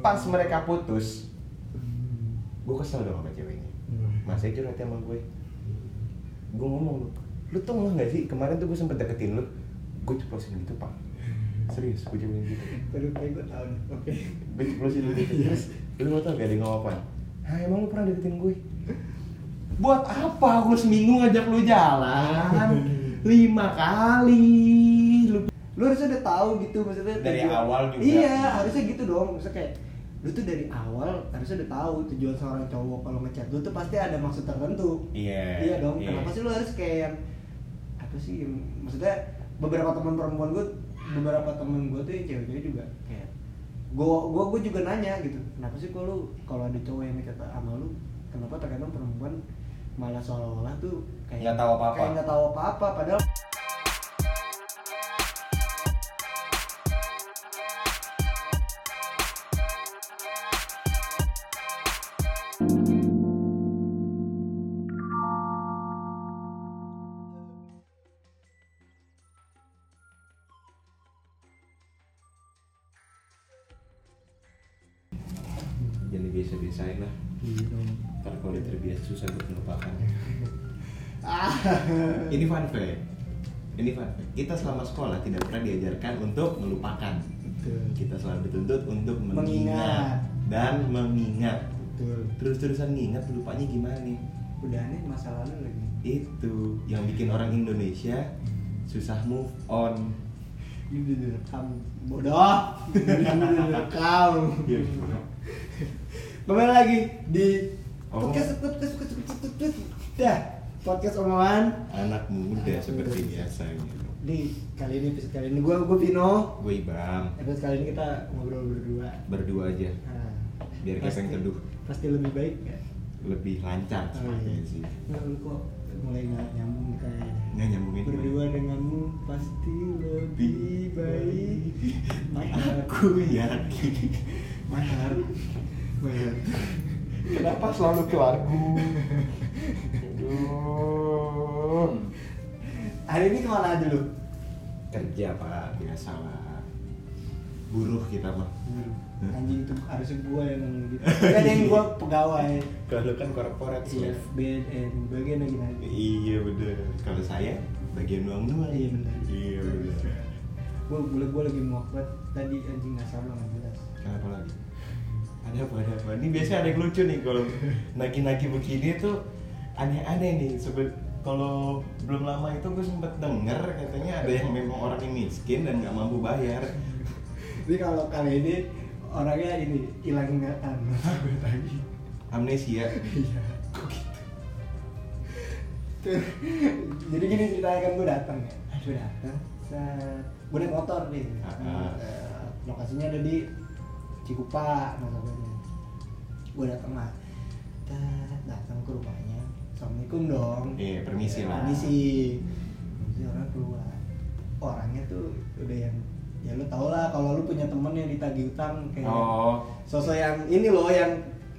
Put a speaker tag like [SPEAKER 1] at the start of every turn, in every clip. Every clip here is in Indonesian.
[SPEAKER 1] pas mereka putus gue kesel dong sama ceweknya masih curhat sama gue gue ngomong lu lu tuh ngeh gak sih kemarin tuh gue sempet deketin lu gue ceplosin gitu pak serius gue ceplosin gitu
[SPEAKER 2] Baru kayak gue tau nih. Oke.
[SPEAKER 1] gue ceplosin gitu terus lu mau tau gak dia ngomong apa Hah emang lu pernah deketin gue buat apa gue seminggu ngajak lu jalan lima kali lu
[SPEAKER 2] Lu harusnya udah tahu gitu maksudnya.
[SPEAKER 1] Dari
[SPEAKER 2] tujuan-
[SPEAKER 1] awal juga.
[SPEAKER 2] Iya, harusnya gitu dong. Maksudnya kayak lu tuh dari awal harusnya udah tahu tujuan seorang cowok kalau ngechat lu tuh pasti ada maksud tertentu.
[SPEAKER 1] Iya.
[SPEAKER 2] Iya dong.
[SPEAKER 1] Iya.
[SPEAKER 2] Kenapa sih lu harus kayak yang apa sih? yang- Maksudnya beberapa teman perempuan gue, beberapa temen gue tuh yang cewek-cewek juga kayak gue gue gue juga nanya gitu kenapa sih kok lu kalau ada cowok yang kata sama lu kenapa terkadang perempuan malah seolah-olah tuh kayak
[SPEAKER 1] Nggak tahu apa-apa.
[SPEAKER 2] kayak nggak tahu apa-apa padahal
[SPEAKER 1] jadi biasa biasain lah ntar kalau udah terbiasa susah buat melupakan
[SPEAKER 2] Ah.
[SPEAKER 1] ini fun fact ini fun fact kita selama sekolah tidak pernah diajarkan untuk melupakan
[SPEAKER 2] Betul.
[SPEAKER 1] kita selalu dituntut untuk
[SPEAKER 2] Mengingat.
[SPEAKER 1] mengingat dan memingat
[SPEAKER 2] betul
[SPEAKER 1] terus-terusan ngingat lupanya gimana nih
[SPEAKER 2] udah aneh masa lalu lagi
[SPEAKER 1] itu yang bikin orang Indonesia susah move on
[SPEAKER 2] ini udah direkam bodoh ini udah direkam
[SPEAKER 1] Iya,
[SPEAKER 2] kembali lagi di
[SPEAKER 1] Omongan.
[SPEAKER 2] podcast podcast podcast podcast podcast dah podcast omongan
[SPEAKER 1] anak muda seperti biasanya
[SPEAKER 2] di kali ini episode kali ini gue gue Vino
[SPEAKER 1] gue Ibam
[SPEAKER 2] episode kali ini kita ngobrol berdua
[SPEAKER 1] berdua aja
[SPEAKER 2] Nah,
[SPEAKER 1] Biar
[SPEAKER 2] pasti-
[SPEAKER 1] kepeng teduh.
[SPEAKER 2] pasti lebih baik ya
[SPEAKER 1] lebih lancar
[SPEAKER 2] Oh, iya.
[SPEAKER 1] sepertinya sih
[SPEAKER 2] nggak lu kok mulai nggak nyambung nih kayaknya
[SPEAKER 1] nggak nyambungin
[SPEAKER 2] berdua denganmu pasti lebih baik My heart.
[SPEAKER 1] aku yakin
[SPEAKER 2] My heart. My heart.
[SPEAKER 1] kenapa selalu ke lagu Aduh.
[SPEAKER 2] hari ini kemana aja lu
[SPEAKER 1] kerja pak biasa lah buruh kita mah
[SPEAKER 2] anjing itu harusnya gua yang ngomong gitu Gak ada yang gua pegawai
[SPEAKER 1] kalau lu kan korporat ya
[SPEAKER 2] CFB dan eh, bagian lagi nanti
[SPEAKER 1] iya bener kalau saya bagian doang doang
[SPEAKER 2] Iya, bener.
[SPEAKER 1] iya bener
[SPEAKER 2] gua gua, gua lagi mau banget tadi anjing ngasal lo nggak jelas
[SPEAKER 1] kenapa Nah, lagi ada apa ada apa ini biasanya ada yang lucu nih kalau nagi-nagi begini tuh aneh-aneh nih sebet kalau belum lama itu gue sempet denger katanya ada yang memang orang yang miskin dan nggak mampu bayar
[SPEAKER 2] jadi kalau kali ini orangnya ini hilang Anu, ingatan lagi
[SPEAKER 1] amnesia
[SPEAKER 2] iya kok gitu jadi gini ceritanya kan gue datang ya gue datang set gue naik motor nih
[SPEAKER 1] Ah.
[SPEAKER 2] Eh, lokasinya ada di Cikupa nasabahnya gue datang lah Tet, datang ke rumahnya assalamualaikum dong Eh,
[SPEAKER 1] Iya, permisi lah.
[SPEAKER 2] permisi Terus orang keluar orangnya tuh udah yang ya lu tau lah kalau lu punya temen yang ditagih utang kayak
[SPEAKER 1] oh
[SPEAKER 2] sosok yang ini loh yang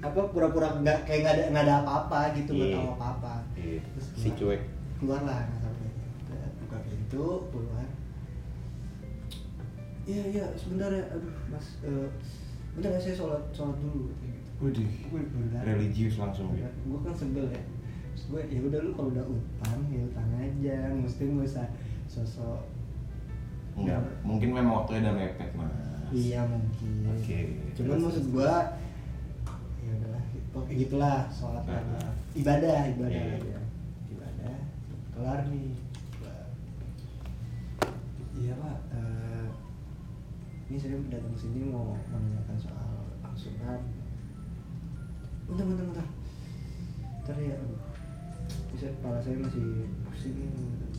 [SPEAKER 2] apa pura-pura nggak kayak nggak ada nggak ada apa-apa gitu nggak
[SPEAKER 1] Iya.
[SPEAKER 2] tahu apa-apa
[SPEAKER 1] Iya,
[SPEAKER 2] Terus
[SPEAKER 1] si
[SPEAKER 2] keluar-
[SPEAKER 1] cuek
[SPEAKER 2] keluar lah nggak sampai buka pintu keluar iya iya sebentar ya aduh mas eh, bentar ya saya sholat sholat dulu kayak gitu
[SPEAKER 1] Waduh,
[SPEAKER 2] gue baru datang.
[SPEAKER 1] religius langsung ya.
[SPEAKER 2] gue kan sebel ya Terus gue ya udah lu kalau udah utang ya utang aja mesti gue usah sosok
[SPEAKER 1] Enggak, mungkin memang waktunya udah mepet mas.
[SPEAKER 2] Iya mungkin.
[SPEAKER 1] Oke.
[SPEAKER 2] Cuman
[SPEAKER 1] Terus,
[SPEAKER 2] maksud
[SPEAKER 1] terus.
[SPEAKER 2] gua ya udahlah, pokoknya gitulah sholat
[SPEAKER 1] Ah.
[SPEAKER 2] lah. ibadah ibadah
[SPEAKER 1] Iya, iya.
[SPEAKER 2] ya. ibadah kelar nih. Gua- Iya pak. eh, ini saya datang sini mau menanyakan soal angsuran. Bentar bentar bentar. Bentar ya. aduh. Bisa kepala saya masih pusing.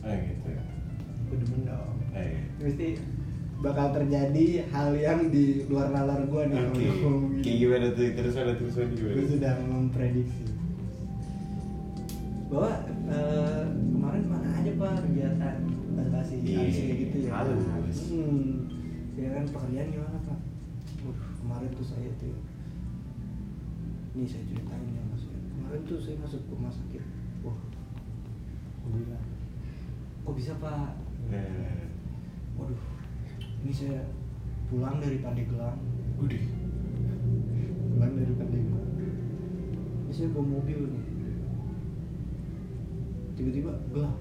[SPEAKER 1] Eh gitu ya.
[SPEAKER 2] Gue demen dong
[SPEAKER 1] Eh.
[SPEAKER 2] pasti bakal terjadi hal yang di luar nalar gue nih kalau
[SPEAKER 1] Oke.
[SPEAKER 2] gua ngomong
[SPEAKER 1] Kayak
[SPEAKER 2] gini.
[SPEAKER 1] gimana tuh terus ada tulisan gimana?
[SPEAKER 2] Gua sudah memprediksi bahwa eh, kemarin mana aja pak kegiatan basi
[SPEAKER 1] Iya,
[SPEAKER 2] harusnya gitu ya
[SPEAKER 1] halus.
[SPEAKER 2] hmm. ya kan pekerjaan gimana pak Wah, kemarin tuh saya tuh ini saya ceritain ya mas kemarin tuh saya masuk ke rumah sakit wah gua bilang kok bisa pak
[SPEAKER 1] Eh.
[SPEAKER 2] waduh ini saya pulang dari Pandeglang
[SPEAKER 1] Udah.
[SPEAKER 2] biasanya bawa mobil nih tiba-tiba gelap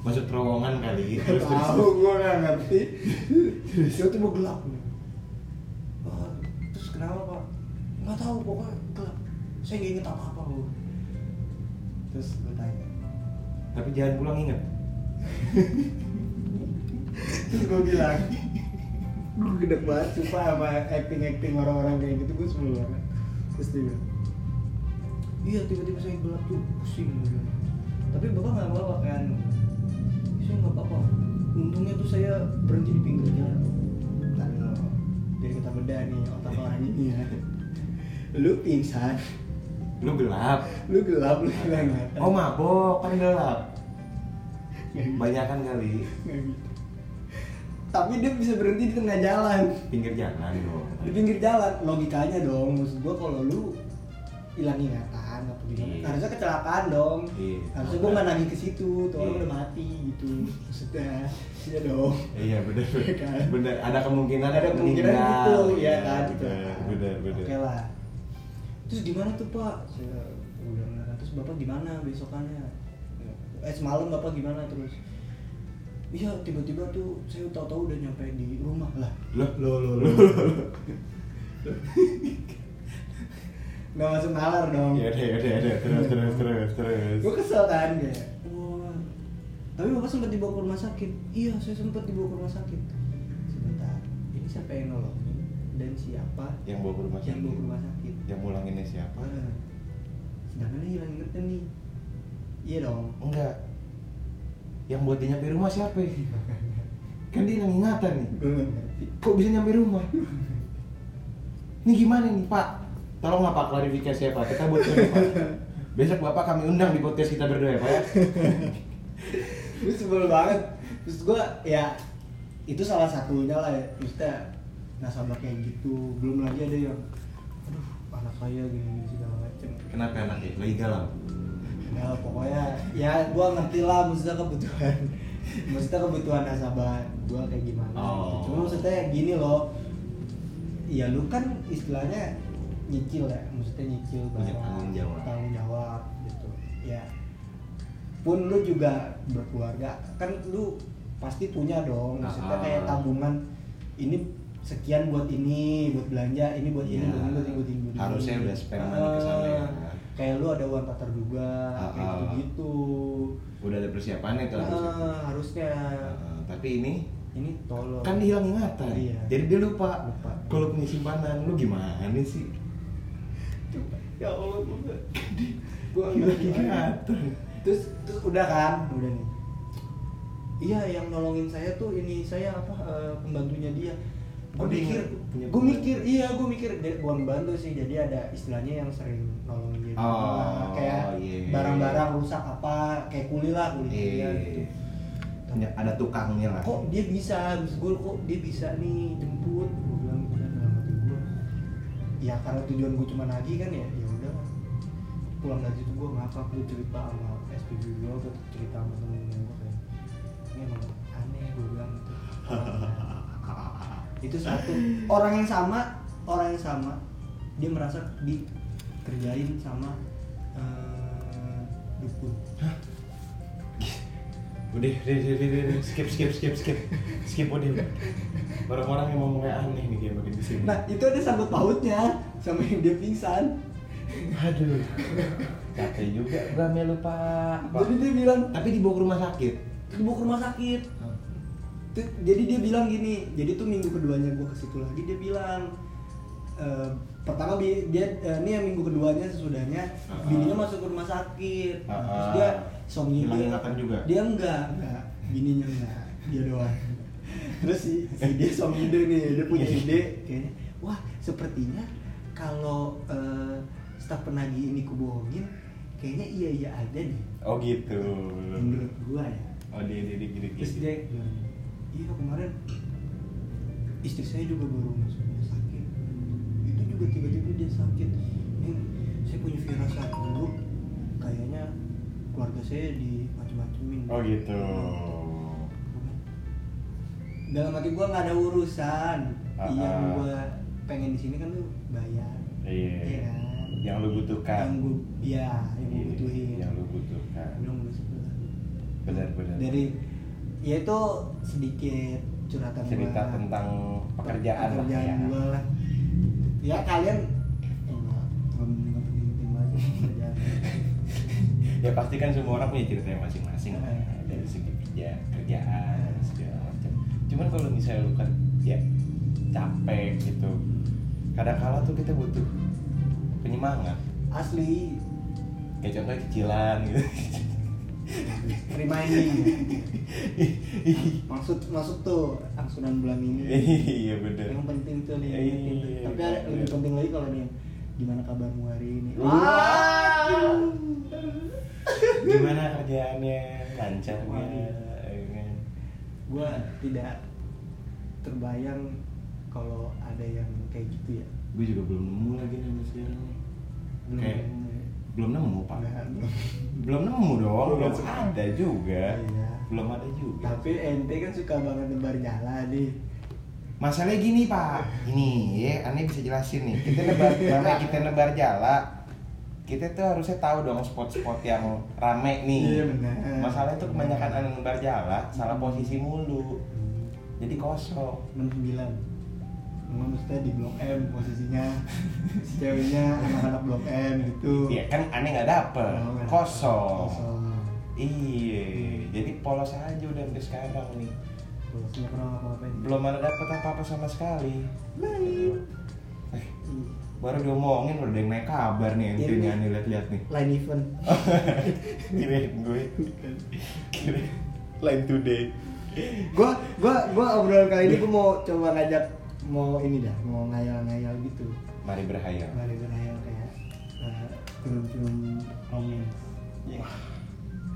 [SPEAKER 1] masuk terowongan kali terus terus
[SPEAKER 2] tahu gue nggak ngerti terus tiba-tiba gelap nih Ah, terus kenapa pak nggak tahu pokoknya gelap saya nggak inget apa apa gue terus gue tanya
[SPEAKER 1] tapi jangan pulang inget
[SPEAKER 2] terus gue bilang gue gede banget sumpah sama acting acting orang-orang kayak gitu gue sebelum banget terus dia bilang, iya tiba-tiba saya gelap tuh pusing gua bilang. tapi bapak nggak apa-apa kan saya nggak apa-apa untungnya tuh saya berhenti di pinggir jalan Bentar lo biar kita beda nih otak orang ini ya lu pingsan
[SPEAKER 1] lu gelap
[SPEAKER 2] lu gelap lu bilang
[SPEAKER 1] oh mabok kan gelap
[SPEAKER 2] Nggak gitu.
[SPEAKER 1] banyakan kali
[SPEAKER 2] Nggak gitu. tapi dia bisa berhenti di tengah jalan
[SPEAKER 1] pinggir jalan dong
[SPEAKER 2] di pinggir jalan logikanya dong maksud gua kalau lu hilang ingatan apa gimana
[SPEAKER 1] Iya.
[SPEAKER 2] harusnya kecelakaan dong
[SPEAKER 1] Iya.
[SPEAKER 2] harusnya gua nggak nagih ke situ tuh orang
[SPEAKER 1] Iya.
[SPEAKER 2] udah mati gitu maksudnya iya dong
[SPEAKER 1] iya bener
[SPEAKER 2] Iya kan?
[SPEAKER 1] bener ada kemungkinan
[SPEAKER 2] ada kemungkinan
[SPEAKER 1] kan meninggal.
[SPEAKER 2] gitu ya
[SPEAKER 1] Iya,
[SPEAKER 2] kan gitu
[SPEAKER 1] bener bener bener
[SPEAKER 2] oke lah terus gimana tuh pak saya udah nggak terus bapak gimana besokannya eh semalam bapak gimana terus iya tiba-tiba tuh saya tahu-tahu udah nyampe di rumah lah
[SPEAKER 1] Loh,
[SPEAKER 2] lo lo lo nggak masuk nalar dong
[SPEAKER 1] ya udah ya udah ya udah terus terus terus terus
[SPEAKER 2] gue kesel kan kayak wah tapi bapak sempat dibawa ke rumah sakit iya saya sempat dibawa ke rumah sakit sebentar ini siapa yang nolongin dan siapa
[SPEAKER 1] yang bawa ke rumah sakit
[SPEAKER 2] yang bawa ke rumah sakit
[SPEAKER 1] yang mulanginnya siapa
[SPEAKER 2] Ah. sedangkan dia hilang ingetan nih iya dong
[SPEAKER 1] enggak yang buat dia nyampe rumah siapa ya? kan dia hilang ingatan nih
[SPEAKER 2] gue nggak ngerti
[SPEAKER 1] kok bisa nyampe rumah ini gimana nih pak tolonglah pak klarifikasi ya pak kita butuh ini, pak besok bapak kami undang di podcast kita berdua ya pak ya
[SPEAKER 2] gue sebel banget terus gue ya itu salah satunya lah ya maksudnya nasabah kayak gitu belum lagi ada yang aduh anak saya gini, gini segala macem
[SPEAKER 1] kenapa anaknya lagi galau
[SPEAKER 2] Nah, pokoknya ya gua ngerti lah maksudnya kebutuhan maksudnya kebutuhan nasabah gua kayak gimana gitu.
[SPEAKER 1] Oh.
[SPEAKER 2] cuma maksudnya gini loh ya lu kan istilahnya nyicil ya maksudnya nyicil
[SPEAKER 1] Punya
[SPEAKER 2] barang,
[SPEAKER 1] tanggung jawab.
[SPEAKER 2] tanggung jawab gitu ya pun lu juga berkeluarga kan lu pasti punya dong maksudnya
[SPEAKER 1] Ah.
[SPEAKER 2] kayak tabungan ini sekian buat ini buat belanja ini buat ini buat ini
[SPEAKER 1] Iya.
[SPEAKER 2] buat ini buat ini buat ini.
[SPEAKER 1] Harusnya udah spend money
[SPEAKER 2] Ah,
[SPEAKER 1] ke sana ya.
[SPEAKER 2] kayak lu ada uang tak terduga
[SPEAKER 1] Ah,
[SPEAKER 2] kayak
[SPEAKER 1] ah.
[SPEAKER 2] gitu gitu
[SPEAKER 1] udah ada persiapannya tuh harusnya.
[SPEAKER 2] Eh. Ah, harusnya Ah.
[SPEAKER 1] Heeh, tapi ini
[SPEAKER 2] ini tolong
[SPEAKER 1] kan dia hilang ingatan
[SPEAKER 2] Iya.
[SPEAKER 1] jadi dia lupa,
[SPEAKER 2] Lupa.
[SPEAKER 1] kalau punya simpanan lu gimana sih
[SPEAKER 2] ya allah gue nggak- gue nggak
[SPEAKER 1] hilang ingatan
[SPEAKER 2] terus terus udah kan udah nih iya yang nolongin saya tuh ini saya apa eh, pembantunya dia gue
[SPEAKER 1] Oh, dia
[SPEAKER 2] mikir
[SPEAKER 1] punya
[SPEAKER 2] gue
[SPEAKER 1] pembantu.
[SPEAKER 2] mikir iya gue mikir dia bukan bantu sih jadi ada istilahnya yang sering nolongin dia di
[SPEAKER 1] Oh,
[SPEAKER 2] rumah. kayak
[SPEAKER 1] iya.
[SPEAKER 2] barang-barang rusak apa kayak kuli lah kuli dia gitu
[SPEAKER 1] Eh, punya- ada tukangnya lah
[SPEAKER 2] kok dia bisa terus gue kok dia bisa nih jemput gue bilang gue dalam hati gue ya karena tujuan gue cuma nagih kan ya ya udah lah. pulang dari situ gue ngakak gue cerita sama SPB gue gue cerita sama temen-temen gue kayak ini emang aneh gue bilang gitu itu satu orang yang sama orang yang sama dia merasa dikerjain sama eh, dukun
[SPEAKER 1] udah udah udah udah, udah, udah. skip skip skip skip skip udah orang-orang yang ngomong kayak aneh nih kayak makin kesini
[SPEAKER 2] nah itu ada sangkut pautnya sama yang dia pingsan
[SPEAKER 1] aduh capek juga ramai lupa
[SPEAKER 2] Jadi dia bilang
[SPEAKER 1] tapi dibawa ke rumah sakit
[SPEAKER 2] dibawa ke rumah sakit. Tuh, jadi dia bilang gini, jadi tuh minggu keduanya gua ke situ lagi dia bilang eh, pertama bi- dia eh, ini yang minggu keduanya sesudahnya
[SPEAKER 1] Ah.
[SPEAKER 2] bininya masuk ke rumah sakit. Nah,
[SPEAKER 1] Ah,
[SPEAKER 2] Terus
[SPEAKER 1] ah.
[SPEAKER 2] dia suaminya
[SPEAKER 1] Hilang
[SPEAKER 2] dia-
[SPEAKER 1] ingatan juga?
[SPEAKER 2] Dia enggak, enggak. Bininya enggak. Dia doang. Terus si, si dia suami ide nih, dia punya
[SPEAKER 1] Iya.
[SPEAKER 2] ide kayaknya. Wah, sepertinya kalau eh, staf penagih ini kubohongin, kayaknya iya iya ada nih.
[SPEAKER 1] oh gitu
[SPEAKER 2] Menurut gua ya
[SPEAKER 1] oh dia dia dia gini
[SPEAKER 2] terus
[SPEAKER 1] gini
[SPEAKER 2] dia bilang, iya kemarin istri saya juga baru masuk rumah sakit itu juga tiba-tiba dia sakit Neng, saya punya firasat buruk kayaknya keluarga saya dimacem-macemin
[SPEAKER 1] oh gitu
[SPEAKER 2] dalam hati gua nggak ada urusan
[SPEAKER 1] Ah,
[SPEAKER 2] yang
[SPEAKER 1] ah.
[SPEAKER 2] gua pengen di sini kan lu bayar
[SPEAKER 1] Iya.
[SPEAKER 2] Iya kan?
[SPEAKER 1] Yang lu butuhkan.
[SPEAKER 2] yang gue ya yang gue
[SPEAKER 1] Iya,
[SPEAKER 2] butuhin
[SPEAKER 1] Yang lu butuhkan.
[SPEAKER 2] belum lu sebulan
[SPEAKER 1] Benar-benar.
[SPEAKER 2] dari ya itu sedikit curhatan gua.
[SPEAKER 1] cerita tentang pekerjaan, lah,
[SPEAKER 2] pekerjaan
[SPEAKER 1] ya.
[SPEAKER 2] gua lah ya kalian enggak enggak enggak penting-penting banget sih pekerjaan
[SPEAKER 1] ya pasti kan semua orang punya ceritanya masing-masing lah
[SPEAKER 2] Eh.
[SPEAKER 1] dari segi kerja kerjaan dan segala macam cuman kalau misalnya lu kan ya capek gitu kadang kala tuh kita butuh penyemangat
[SPEAKER 2] asli
[SPEAKER 1] kayak contohnya kecilan gitu
[SPEAKER 2] reminding maksud maksud tuh angsuran bulan ini
[SPEAKER 1] iya bener
[SPEAKER 2] yang penting tuh lihat
[SPEAKER 1] Iya,
[SPEAKER 2] lihat, lihat. tapi ada,
[SPEAKER 1] bener.
[SPEAKER 2] lebih penting lagi kalau nih gimana kabarmu hari ini
[SPEAKER 1] Wah.
[SPEAKER 2] Aduh.
[SPEAKER 1] gimana kerjaannya lancar nggak
[SPEAKER 2] Waduh.
[SPEAKER 1] Ya kan?
[SPEAKER 2] gua tidak terbayang kalau ada yang kayak gitu ya
[SPEAKER 1] gue juga belum nemu lagi nih sampai sekarang nih
[SPEAKER 2] Belum
[SPEAKER 1] Kayak,
[SPEAKER 2] nemu Nah, ya?
[SPEAKER 1] belum nemu pak
[SPEAKER 2] Nggak, belum.
[SPEAKER 1] belum nemu dong
[SPEAKER 2] Belum
[SPEAKER 1] belum
[SPEAKER 2] nemu.
[SPEAKER 1] ada juga
[SPEAKER 2] Iya.
[SPEAKER 1] belum ada juga
[SPEAKER 2] tapi ente kan suka banget nebar jalan nih
[SPEAKER 1] masalahnya gini pak ini ya aneh bisa jelasin nih kita nebar namanya kita nebar jala kita tuh harusnya tahu dong spot-spot yang rame nih
[SPEAKER 2] Iya, benar. Hmm.
[SPEAKER 1] masalahnya tuh kebanyakan anak nebar jala salah posisi mulu jadi kosong
[SPEAKER 2] 69 Emang maksudnya di Blok M posisinya si ceweknya anak-anak Blok M gitu
[SPEAKER 1] Iya kan aneh nggak dapet
[SPEAKER 2] Oh, nggak
[SPEAKER 1] kosong.
[SPEAKER 2] Kosong
[SPEAKER 1] Iya, jadi polos aja udah sampai sekarang nih.
[SPEAKER 2] Polosnya kurang apa-apain
[SPEAKER 1] Belum ada dapet apa-apa sama sekali.
[SPEAKER 2] Lain
[SPEAKER 1] Eh, baru diomongin udah ada yang naik kabar nih ente
[SPEAKER 2] Ini.
[SPEAKER 1] nih aneh lihat-lihat nih.
[SPEAKER 2] Lain event
[SPEAKER 1] Kirain gue. Kirain lain today.
[SPEAKER 2] Gua, gua, gua obrolan kali ini gua mau coba ngajak Mau ini dah, mau ngayal-ngayal gitu
[SPEAKER 1] Mari berhayal.
[SPEAKER 2] Mari berhayal kayak eh, film-film romance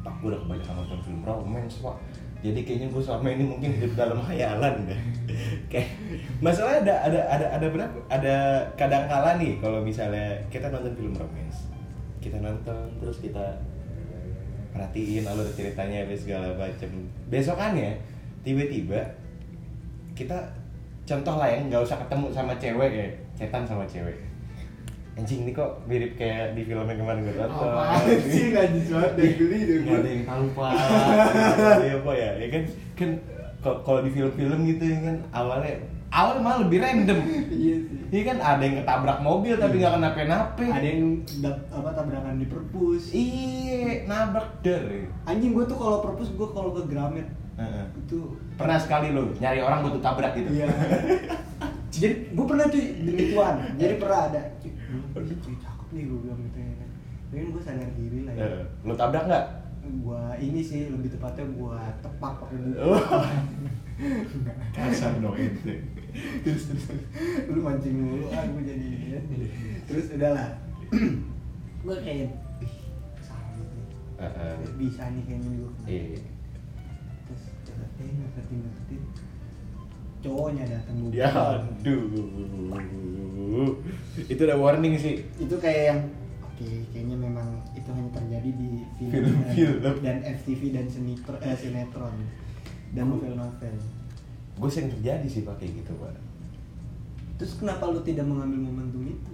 [SPEAKER 1] Tak gue udah kebanyakan nonton film romance pak. Jadi kayaknya gue selama ini mungkin hidup dalam hayalan deh. Kayak masalahnya ada ada ada ada berapa? Ada kadangkala nih kalau misalnya kita nonton film romance, kita nonton terus kita perhatiin alur ceritanya dan segala macem. Besokannya tiba-tiba kita contoh lah ya nggak usah ketemu sama cewek ya, cetan sama cewek. Anjing ini kok mirip kayak di film yang kemarin gue
[SPEAKER 2] Oh,
[SPEAKER 1] tonton.
[SPEAKER 2] Apaan sih najis banget dan geli deh
[SPEAKER 1] Nggak
[SPEAKER 2] gua.
[SPEAKER 1] ada yang tahu pak Iya pak ya, ya kan kan kalau- kalau di film-film gitu ya kan awalnya awal malah lebih random.
[SPEAKER 2] Iya sih Iya.
[SPEAKER 1] Iya kan ada yang ketabrak mobil tapi nggak kenapa-napa.
[SPEAKER 2] ada yang dap- apa tabrakan di perpus
[SPEAKER 1] Iya, nabrak der.
[SPEAKER 2] anjing gue tuh kalau perpus gue kalau ke Gramet
[SPEAKER 1] Heeh.
[SPEAKER 2] itu
[SPEAKER 1] Pernah sekali lo nyari orang butuh tabrak gitu.
[SPEAKER 2] iya jadi gue pernah tuh begituan jadi pernah ada "Cuk, ini cewek cakep nih gue bilang gitu ya kan mungkin gue sadar diri lah ya
[SPEAKER 1] Eh, Lo tabrak nggak?
[SPEAKER 2] gue ini sih lebih tepatnya gue tepak pakai buku
[SPEAKER 1] Wah. Kasar Oh. dong ente.
[SPEAKER 2] terus terus lu mancing mulu ah gue jadi ini ya. terus udahlah gue kayak "Ih, salah gitu
[SPEAKER 1] Heeh.
[SPEAKER 2] bisa nih kayaknya gue
[SPEAKER 1] Iya.
[SPEAKER 2] terus deketin deketin deketin cowoknya datang gue
[SPEAKER 1] Ya, aduh. Itu udah warning sih.
[SPEAKER 2] itu kayak yang oke kayaknya memang itu hanya terjadi di film,
[SPEAKER 1] Film,
[SPEAKER 2] dan,
[SPEAKER 1] film.
[SPEAKER 2] dan FTV dan sinetron, eh, sinetron dan novel-novel
[SPEAKER 1] Gue sering terjadi sih pakai gitu pak.
[SPEAKER 2] terus kenapa lu tidak mengambil momentum itu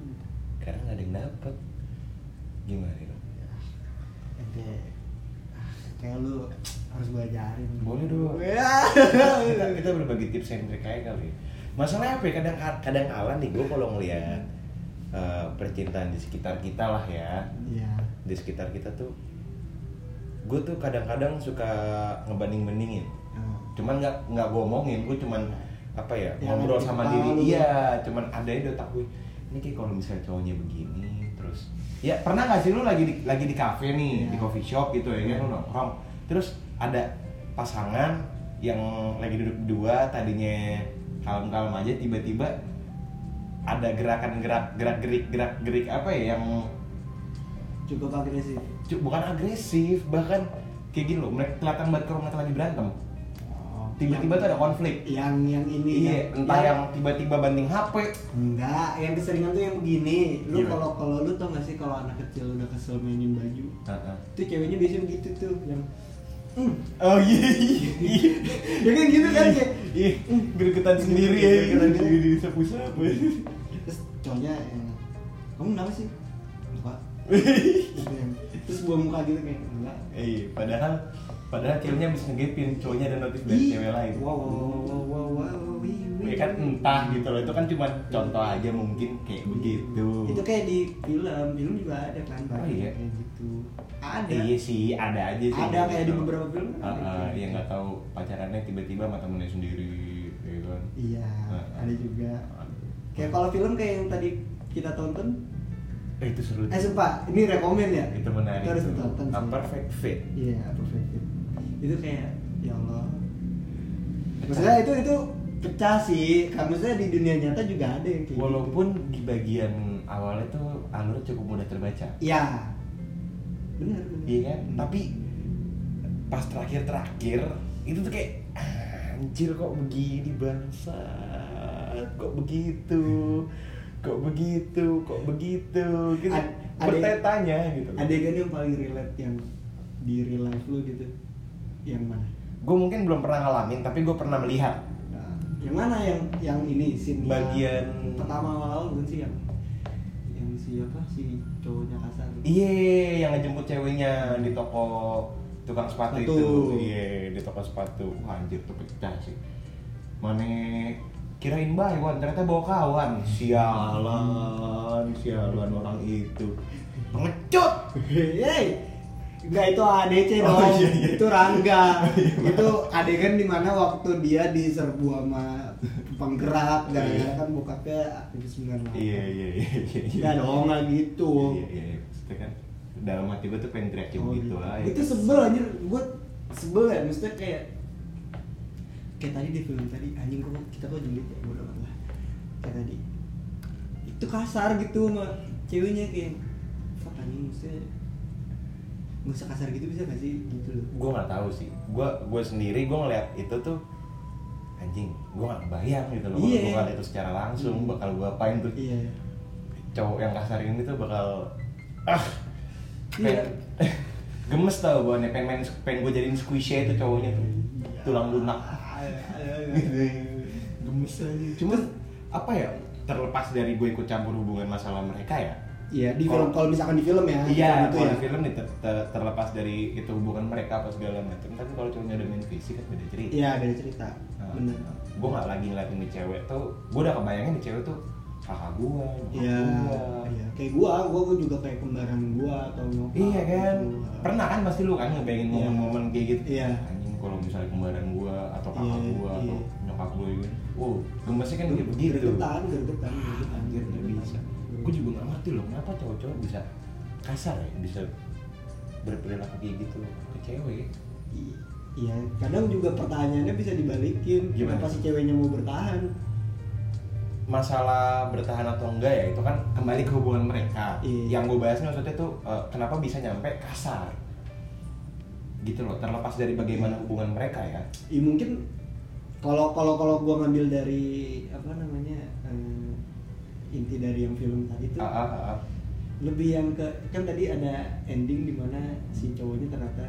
[SPEAKER 1] karena nggak ada yang dapet gimana itu
[SPEAKER 2] ente ah, kayak lu harus Iya. belajarin
[SPEAKER 1] boleh dong kita,
[SPEAKER 2] ya.
[SPEAKER 1] kita berbagi tips and trick aja kali masalahnya apa ya kadang kadang kala nih gue kalau ngeliat eh, percintaan di sekitar kita lah ya
[SPEAKER 2] Iya.
[SPEAKER 1] di sekitar kita tuh gue tuh kadang-kadang suka ngebanding bandingin
[SPEAKER 2] Oh.
[SPEAKER 1] cuman nggak nggak gue omongin gue cuman apa ya
[SPEAKER 2] Ya,
[SPEAKER 1] ngobrol
[SPEAKER 2] nanti
[SPEAKER 1] sama
[SPEAKER 2] kita
[SPEAKER 1] diri
[SPEAKER 2] lalu.
[SPEAKER 1] iya cuman ada di otak gue ini kayak kalau misalnya cowoknya begini terus ya pernah nggak sih lu lagi di, lagi di kafe
[SPEAKER 2] Iya.
[SPEAKER 1] nih di coffee shop gitu ya kan
[SPEAKER 2] Iya.
[SPEAKER 1] lu nongkrong terus ada pasangan yang lagi duduk berdua tadinya kalem-kalem aja tiba-tiba ada gerakan gerak gerak gerik gerak gerik apa ya yang
[SPEAKER 2] cukup agresif
[SPEAKER 1] cu- bukan agresif bahkan kayak gini loh mereka kelihatan banget kalau mereka lagi berantem Oh, tiba-tiba tuh ada konflik
[SPEAKER 2] yang yang ini
[SPEAKER 1] Iya, entah yang tiba-tiba banding HP.
[SPEAKER 2] Enggak, yang keseringan tuh yang begini. Lu
[SPEAKER 1] Gimana?
[SPEAKER 2] kalau kalau lu tau gak sih kalau anak kecil udah kesel mainin baju, itu ceweknya biasanya begitu tuh yang "Mm."
[SPEAKER 1] Oh iya, iya, iya.
[SPEAKER 2] ya kan gitu kan kayak
[SPEAKER 1] Iya, geregetan sendiri ya, geregetan sendiri di sapu-sapu.
[SPEAKER 2] cowoknya yang kamu kenapa sih muka Gitu yang- terus gua muka gitu kayak enggak
[SPEAKER 1] eh padahal padahal ceweknya bisa ngegepin cowoknya ada notif dari
[SPEAKER 2] Ih,
[SPEAKER 1] cewek lain
[SPEAKER 2] wow wow wow wow wow wow wih, wih.
[SPEAKER 1] ya kan entah gitu loh itu kan cuma contoh aja mungkin kayak begitu
[SPEAKER 2] itu kayak di film film juga ada kan
[SPEAKER 1] Oh, iya.
[SPEAKER 2] kayak gitu ada
[SPEAKER 1] iya sih ada aja sih
[SPEAKER 2] ada kayak di beberapa film kan
[SPEAKER 1] Ah,
[SPEAKER 2] ada
[SPEAKER 1] ah,
[SPEAKER 2] juga.
[SPEAKER 1] yang nggak tahu pacarannya tiba-tiba sama temennya sendiri ya kan
[SPEAKER 2] iya
[SPEAKER 1] Ah, ah.
[SPEAKER 2] ada juga kayak kalau film kayak yang tadi kita tonton
[SPEAKER 1] eh, itu seru
[SPEAKER 2] eh sumpah ini rekomend ya
[SPEAKER 1] itu menarik
[SPEAKER 2] Kita harus
[SPEAKER 1] tuh.
[SPEAKER 2] ditonton
[SPEAKER 1] A
[SPEAKER 2] sih.
[SPEAKER 1] perfect fit
[SPEAKER 2] iya perfect fit itu kayak ya Allah maksudnya itu itu pecah sih kan maksudnya di dunia nyata juga ada yang kayak gitu.
[SPEAKER 1] walaupun di bagian awalnya tuh alurnya cukup mudah terbaca
[SPEAKER 2] iya benar benar
[SPEAKER 1] iya kan tapi pas terakhir terakhir itu tuh kayak anjir kok begini bangsa kok begitu kok begitu kok begitu gitu
[SPEAKER 2] Ad- ada-
[SPEAKER 1] bertanya gitu
[SPEAKER 2] adegan yang paling relate yang di real life lu gitu yang mana
[SPEAKER 1] gue mungkin belum pernah ngalamin tapi gue pernah melihat
[SPEAKER 2] Nah, yang mana yang yang ini scene yang
[SPEAKER 1] Bagian-
[SPEAKER 2] pertama awal bukan sih yang yang siapa si cowoknya kasar
[SPEAKER 1] Iya, Iye, yang ngejemput ceweknya di toko tukang sepatu
[SPEAKER 2] Sepatu.
[SPEAKER 1] itu. Iye, di toko sepatu. Wah, Anjir tuh pecah sih. Mana kirain baik, Wan, ternyata bawa kawan. Sialan, sialan orang itu. Pengecut.
[SPEAKER 2] Hey, Enggak itu ADC dong,
[SPEAKER 1] Oh, iya, iya.
[SPEAKER 2] itu Rangga. itu adegan dimana waktu dia diserbu sama penggerak dan
[SPEAKER 1] Iya.
[SPEAKER 2] kan bokapnya aktivis 98
[SPEAKER 1] Iya, iya, iya, iya. iya.
[SPEAKER 2] Enggak dong, nggak gitu.
[SPEAKER 1] Iya, iya, iya. Maksudnya kan dalam hati gue tuh pengen teriak
[SPEAKER 2] Oh,
[SPEAKER 1] gitu
[SPEAKER 2] iya.
[SPEAKER 1] aja.
[SPEAKER 2] Itu sebel anjir, gue sebel ya, maksudnya kayak kayak tadi di film tadi anjing kok kita kok jenglit ya bodo amat lah. Kayak tadi itu kasar gitu sama ceweknya kayak fuck anjing maksudnya nggak usah kasar gitu bisa gak sih gitu loh
[SPEAKER 1] gue nggak tahu sih gue gue sendiri gue ngeliat itu tuh anjing gue nggak bayang gitu loh
[SPEAKER 2] Iya.
[SPEAKER 1] gue ngeliat itu secara langsung
[SPEAKER 2] Hmm.
[SPEAKER 1] bakal gue apain tuh
[SPEAKER 2] iya
[SPEAKER 1] cowok yang kasar ini tuh bakal ah
[SPEAKER 2] Iya.
[SPEAKER 1] pengen- gemes tau gue nih pengen main, pengen gue jadiin squishy itu cowoknya tuh
[SPEAKER 2] Iya.
[SPEAKER 1] tulang lunak Gitu. gemes aja cuman apa ya terlepas dari gue ikut campur hubungan masalah mereka ya
[SPEAKER 2] iya di film kalau misalkan di film ya
[SPEAKER 1] Iya,
[SPEAKER 2] gitu
[SPEAKER 1] kalau
[SPEAKER 2] ya
[SPEAKER 1] di film nih ter- ter- terlepas dari itu hubungan mereka apa segala macam, tapi kalau cowoknya ada main fisik kan beda cerita.
[SPEAKER 2] iya ada cerita
[SPEAKER 1] Ah.
[SPEAKER 2] bener
[SPEAKER 1] gue nggak lagi ngeliatin nih cewek tuh gue udah kebayangin nih cewek tuh kakak gue
[SPEAKER 2] iya iya. kayak gua gua gua juga kayak kembaran gua atau nyokap
[SPEAKER 1] iya kan
[SPEAKER 2] gitu.
[SPEAKER 1] pernah kan pasti lu kan ngebayangin
[SPEAKER 2] Iya.
[SPEAKER 1] momen-momen kayak gitu
[SPEAKER 2] Iya.
[SPEAKER 1] anjing kalau misalnya kembaran gue atau kakak
[SPEAKER 2] Iya,
[SPEAKER 1] gue atau
[SPEAKER 2] iya.
[SPEAKER 1] nyokap gue gitu wow gemesnya kan kayak
[SPEAKER 2] Ger-
[SPEAKER 1] begitu
[SPEAKER 2] gergetan gergetan gergetan
[SPEAKER 1] anjir nggak bisa gue
[SPEAKER 2] Gua
[SPEAKER 1] juga nggak ngerti loh kenapa cowok-cowok bisa kasar ya bisa berperilaku kayak gitu ke cewek
[SPEAKER 2] I- iya kadang juga pertanyaannya bisa dibalikin
[SPEAKER 1] Gimana?
[SPEAKER 2] kenapa si ceweknya mau bertahan
[SPEAKER 1] masalah bertahan atau enggak ya itu kan kembali ke hubungan mereka
[SPEAKER 2] Iya.
[SPEAKER 1] yang gue bahasnya maksudnya tuh eh, kenapa bisa nyampe kasar gitu loh terlepas dari bagaimana hubungan mereka ya
[SPEAKER 2] ya mungkin kalau kalau kalau gua ngambil dari apa namanya eh, inti dari yang film tadi tuh
[SPEAKER 1] Ah, ah, ah, ah.
[SPEAKER 2] lebih yang ke kan tadi ada ending di mana si cowoknya ternyata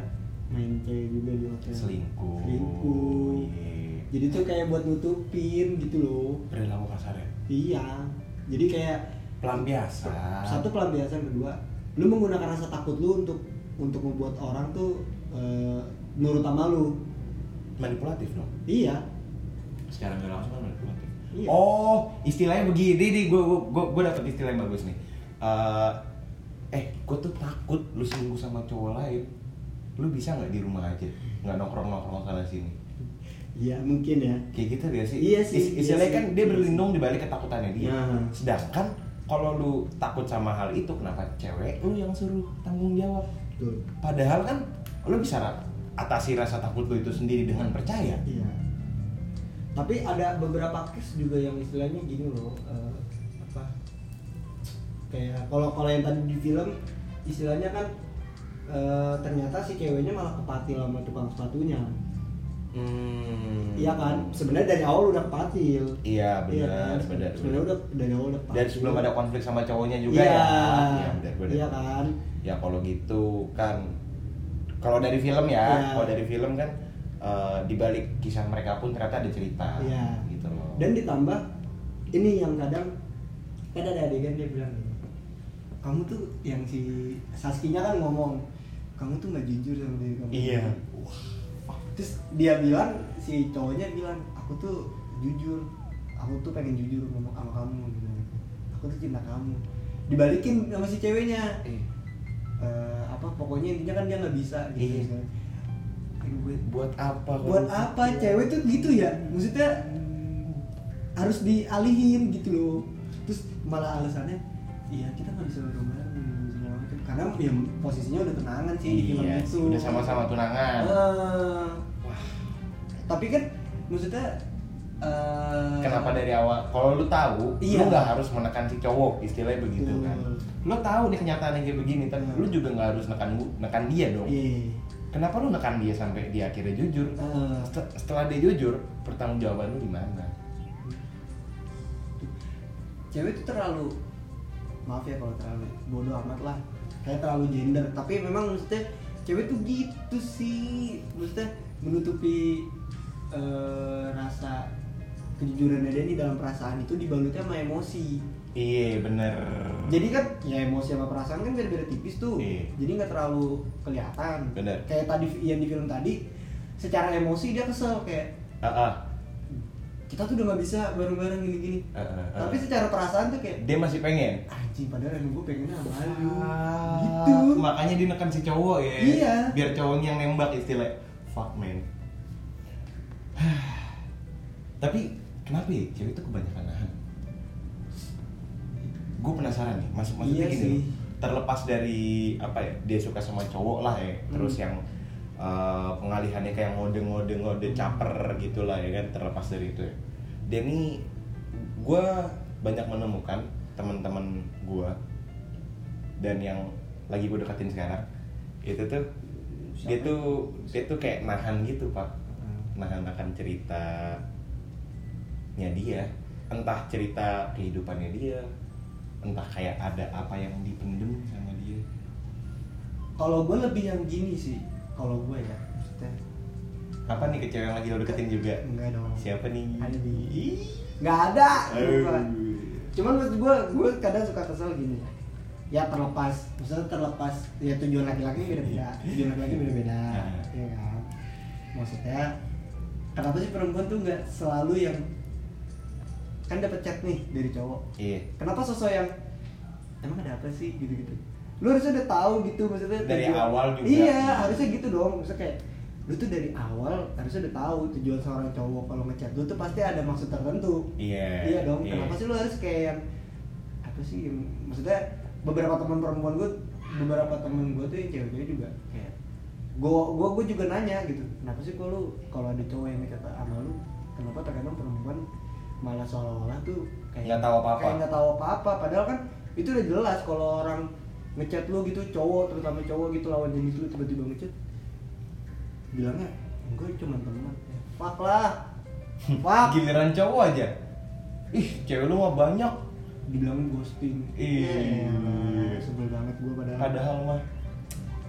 [SPEAKER 2] main cewek juga di hotel
[SPEAKER 1] selingkuh
[SPEAKER 2] selingkuh
[SPEAKER 1] Iya.
[SPEAKER 2] jadi tuh kayak buat nutupin gitu loh
[SPEAKER 1] perilaku kasar ya
[SPEAKER 2] iya jadi kayak
[SPEAKER 1] pelampiasan
[SPEAKER 2] satu pelampiasan kedua lu menggunakan rasa takut lu untuk untuk membuat orang tuh eh, nurut sama lu
[SPEAKER 1] manipulatif dong
[SPEAKER 2] iya
[SPEAKER 1] secara nggak langsung kan manipulatif
[SPEAKER 2] Iya.
[SPEAKER 1] oh istilahnya begini nih gue gue gue, dapet istilah yang bagus nih Eh, eh gue tuh takut lu selingkuh sama cowok lain lu bisa nggak di rumah aja nggak nongkrong nongkrong sana sini
[SPEAKER 2] iya mungkin ya
[SPEAKER 1] kayak gitu gak sih?
[SPEAKER 2] Iya sih,
[SPEAKER 1] Is-
[SPEAKER 2] iya
[SPEAKER 1] istilahnya
[SPEAKER 2] sih.
[SPEAKER 1] kan dia berlindung di balik ketakutannya dia.
[SPEAKER 2] Nah.
[SPEAKER 1] Sedangkan kalau lu takut sama hal itu, kenapa cewek lu yang suruh tanggung jawab?
[SPEAKER 2] betul
[SPEAKER 1] Padahal kan lu bisa ra- atasi rasa takut lu itu sendiri dengan percaya.
[SPEAKER 2] Iya. Tapi ada beberapa case juga yang istilahnya gini loh, eh, apa? Kayak kalau kalau yang tadi di film istilahnya kan eh, ternyata si ceweknya malah kepatil sama tukang sepatunya.
[SPEAKER 1] Hmm.
[SPEAKER 2] Iya kan? Sebenarnya dari awal udah kepatil.
[SPEAKER 1] Iya benar,
[SPEAKER 2] kan?
[SPEAKER 1] benar.
[SPEAKER 2] Sebenarnya udah dari awal udah kepatil.
[SPEAKER 1] Dan sebelum ada konflik sama cowoknya juga
[SPEAKER 2] iya.
[SPEAKER 1] ya. Iya, benar, benar.
[SPEAKER 2] Iya kan?
[SPEAKER 1] ya kalau gitu kan kalau dari film ya,
[SPEAKER 2] Ya.
[SPEAKER 1] kalau dari film kan eh, di balik kisah mereka pun ternyata ada cerita
[SPEAKER 2] Iya.
[SPEAKER 1] gitu loh.
[SPEAKER 2] Dan ditambah ini yang kadang kan ada adegan dia bilang gini, kamu tuh yang si Saskinya kan ngomong kamu tuh nggak jujur sama diri kamu
[SPEAKER 1] Iya.
[SPEAKER 2] Wah. terus dia bilang si cowoknya bilang aku tuh jujur aku tuh pengen jujur ngomong sama kamu gimana aku tuh cinta kamu dibalikin sama si ceweknya
[SPEAKER 1] Iya.
[SPEAKER 2] Eh, apa pokoknya intinya kan dia nggak bisa gitu
[SPEAKER 1] Iya.
[SPEAKER 2] misalnya. Aduh, gue-
[SPEAKER 1] buat apa kalau-
[SPEAKER 2] buat apa cewek tuh gitu ya maksudnya harus dialihin gitu loh terus malah alasannya iya kita nggak bisa berhubungan segala macam. karena ya posisinya udah tunangan sih di film
[SPEAKER 1] Iya,
[SPEAKER 2] itu
[SPEAKER 1] udah sama-sama tunangan
[SPEAKER 2] Eh,
[SPEAKER 1] Wah,
[SPEAKER 2] tapi kan maksudnya eh,
[SPEAKER 1] kenapa dari awal kalau lu tahu
[SPEAKER 2] Iya.
[SPEAKER 1] lu nggak harus menekan si cowok istilahnya begitu kan
[SPEAKER 2] Betul.
[SPEAKER 1] lu tahu nih kenyataannya kayak begini tapi lu juga nggak harus nekan bu- nekan dia dong
[SPEAKER 2] iya
[SPEAKER 1] kenapa lu nekan dia sampai dia akhirnya jujur
[SPEAKER 2] Eh.
[SPEAKER 1] Set- setelah dia jujur pertanggungjawaban lu gimana
[SPEAKER 2] cewek itu terlalu maaf ya kalau terlalu bodoh amat lah kayak terlalu gender tapi memang maksudnya cewek tuh gitu sih maksudnya menutupi eh, rasa kejujurannya dia nih dalam perasaan itu dibalutnya sama emosi
[SPEAKER 1] iya bener
[SPEAKER 2] jadi kan ya emosi sama perasaan kan beda-beda tipis tuh
[SPEAKER 1] Iya.
[SPEAKER 2] jadi nggak terlalu kelihatan
[SPEAKER 1] Bener.
[SPEAKER 2] kayak tadi yang di film tadi secara emosi dia kesel kayak
[SPEAKER 1] Ah, ah.
[SPEAKER 2] kita tuh udah nggak bisa bareng-bareng gini-gini
[SPEAKER 1] Eh, eh, eh.
[SPEAKER 2] tapi secara perasaan tuh kayak
[SPEAKER 1] dia masih pengen
[SPEAKER 2] anjing padahal emang gue pengennya sama lu
[SPEAKER 1] Ah,
[SPEAKER 2] gitu
[SPEAKER 1] makanya dia nekan si cowok ya
[SPEAKER 2] Iya.
[SPEAKER 1] biar cowoknya yang nembak istilahnya fuck man tapi kenapa ya cewek itu kebanyakan nahan gue penasaran nih maksud maksudnya
[SPEAKER 2] Iya
[SPEAKER 1] gini
[SPEAKER 2] sih.
[SPEAKER 1] loh, terlepas dari apa ya dia suka sama cowok lah ya terus
[SPEAKER 2] Hmm.
[SPEAKER 1] yang eh, pengalihannya kayak ngode-ngode ngode caper gitulah ya kan terlepas dari itu ya dia nih gue banyak menemukan teman-teman gue dan yang lagi gue deketin sekarang itu tuh dia
[SPEAKER 2] Siapa?
[SPEAKER 1] tuh dia tuh kayak nahan gitu pak nahan akan ceritanya dia entah cerita kehidupannya dia entah kayak ada apa yang dipendem sama dia
[SPEAKER 2] kalau gue lebih yang gini sih kalau gue ya maksudnya
[SPEAKER 1] apa nih ke cewek yang lagi lo deketin juga
[SPEAKER 2] enggak dong
[SPEAKER 1] siapa nih
[SPEAKER 2] Ada di-
[SPEAKER 1] Ih.
[SPEAKER 2] nggak ada
[SPEAKER 1] Aduh.
[SPEAKER 2] lupa. cuman maksud gue gue kadang suka kesel gini ya terlepas maksudnya terlepas ya tujuan laki-laki beda-beda
[SPEAKER 1] Iya.
[SPEAKER 2] tujuan laki-laki beda-beda
[SPEAKER 1] Nah.
[SPEAKER 2] ya kan maksudnya kenapa sih perempuan tuh nggak selalu yang kan dapet chat nih dari cowok
[SPEAKER 1] iya
[SPEAKER 2] kenapa sosok yang emang ada apa sih gitu-gitu lu harusnya udah tahu gitu maksudnya
[SPEAKER 1] Dari
[SPEAKER 2] tujuan-
[SPEAKER 1] awal juga.
[SPEAKER 2] iya harusnya gitu dong maksudnya kayak lu tuh dari awal harusnya udah tahu tujuan seorang cowok kalau ngechat lu tuh pasti ada maksud tertentu
[SPEAKER 1] Iya,
[SPEAKER 2] iya dong
[SPEAKER 1] iya.
[SPEAKER 2] kenapa sih lu harus kayak yang apa sih yang- maksudnya beberapa teman perempuan gue beberapa temen gue tuh yang cewek-cewek juga kayak gue gue gue juga nanya gitu kenapa sih kok lu kalau ada cowok yang kata sama lu kenapa terkadang perempuan malah seolah-olah tuh kayak
[SPEAKER 1] Nggak tahu apa-apa.
[SPEAKER 2] kayak nggak tahu apa-apa padahal kan itu udah jelas kalau orang ngechat lu gitu cowok terutama cowok gitu lawan jenis lu tiba-tiba ngechat bilangnya gue cuma teman Ya, fuck lah fuck
[SPEAKER 1] giliran cowok aja ih cewek lu mah banyak
[SPEAKER 2] dibilangin ghosting Ya
[SPEAKER 1] Ih.
[SPEAKER 2] elah, sebel banget gue padahal
[SPEAKER 1] padahal mah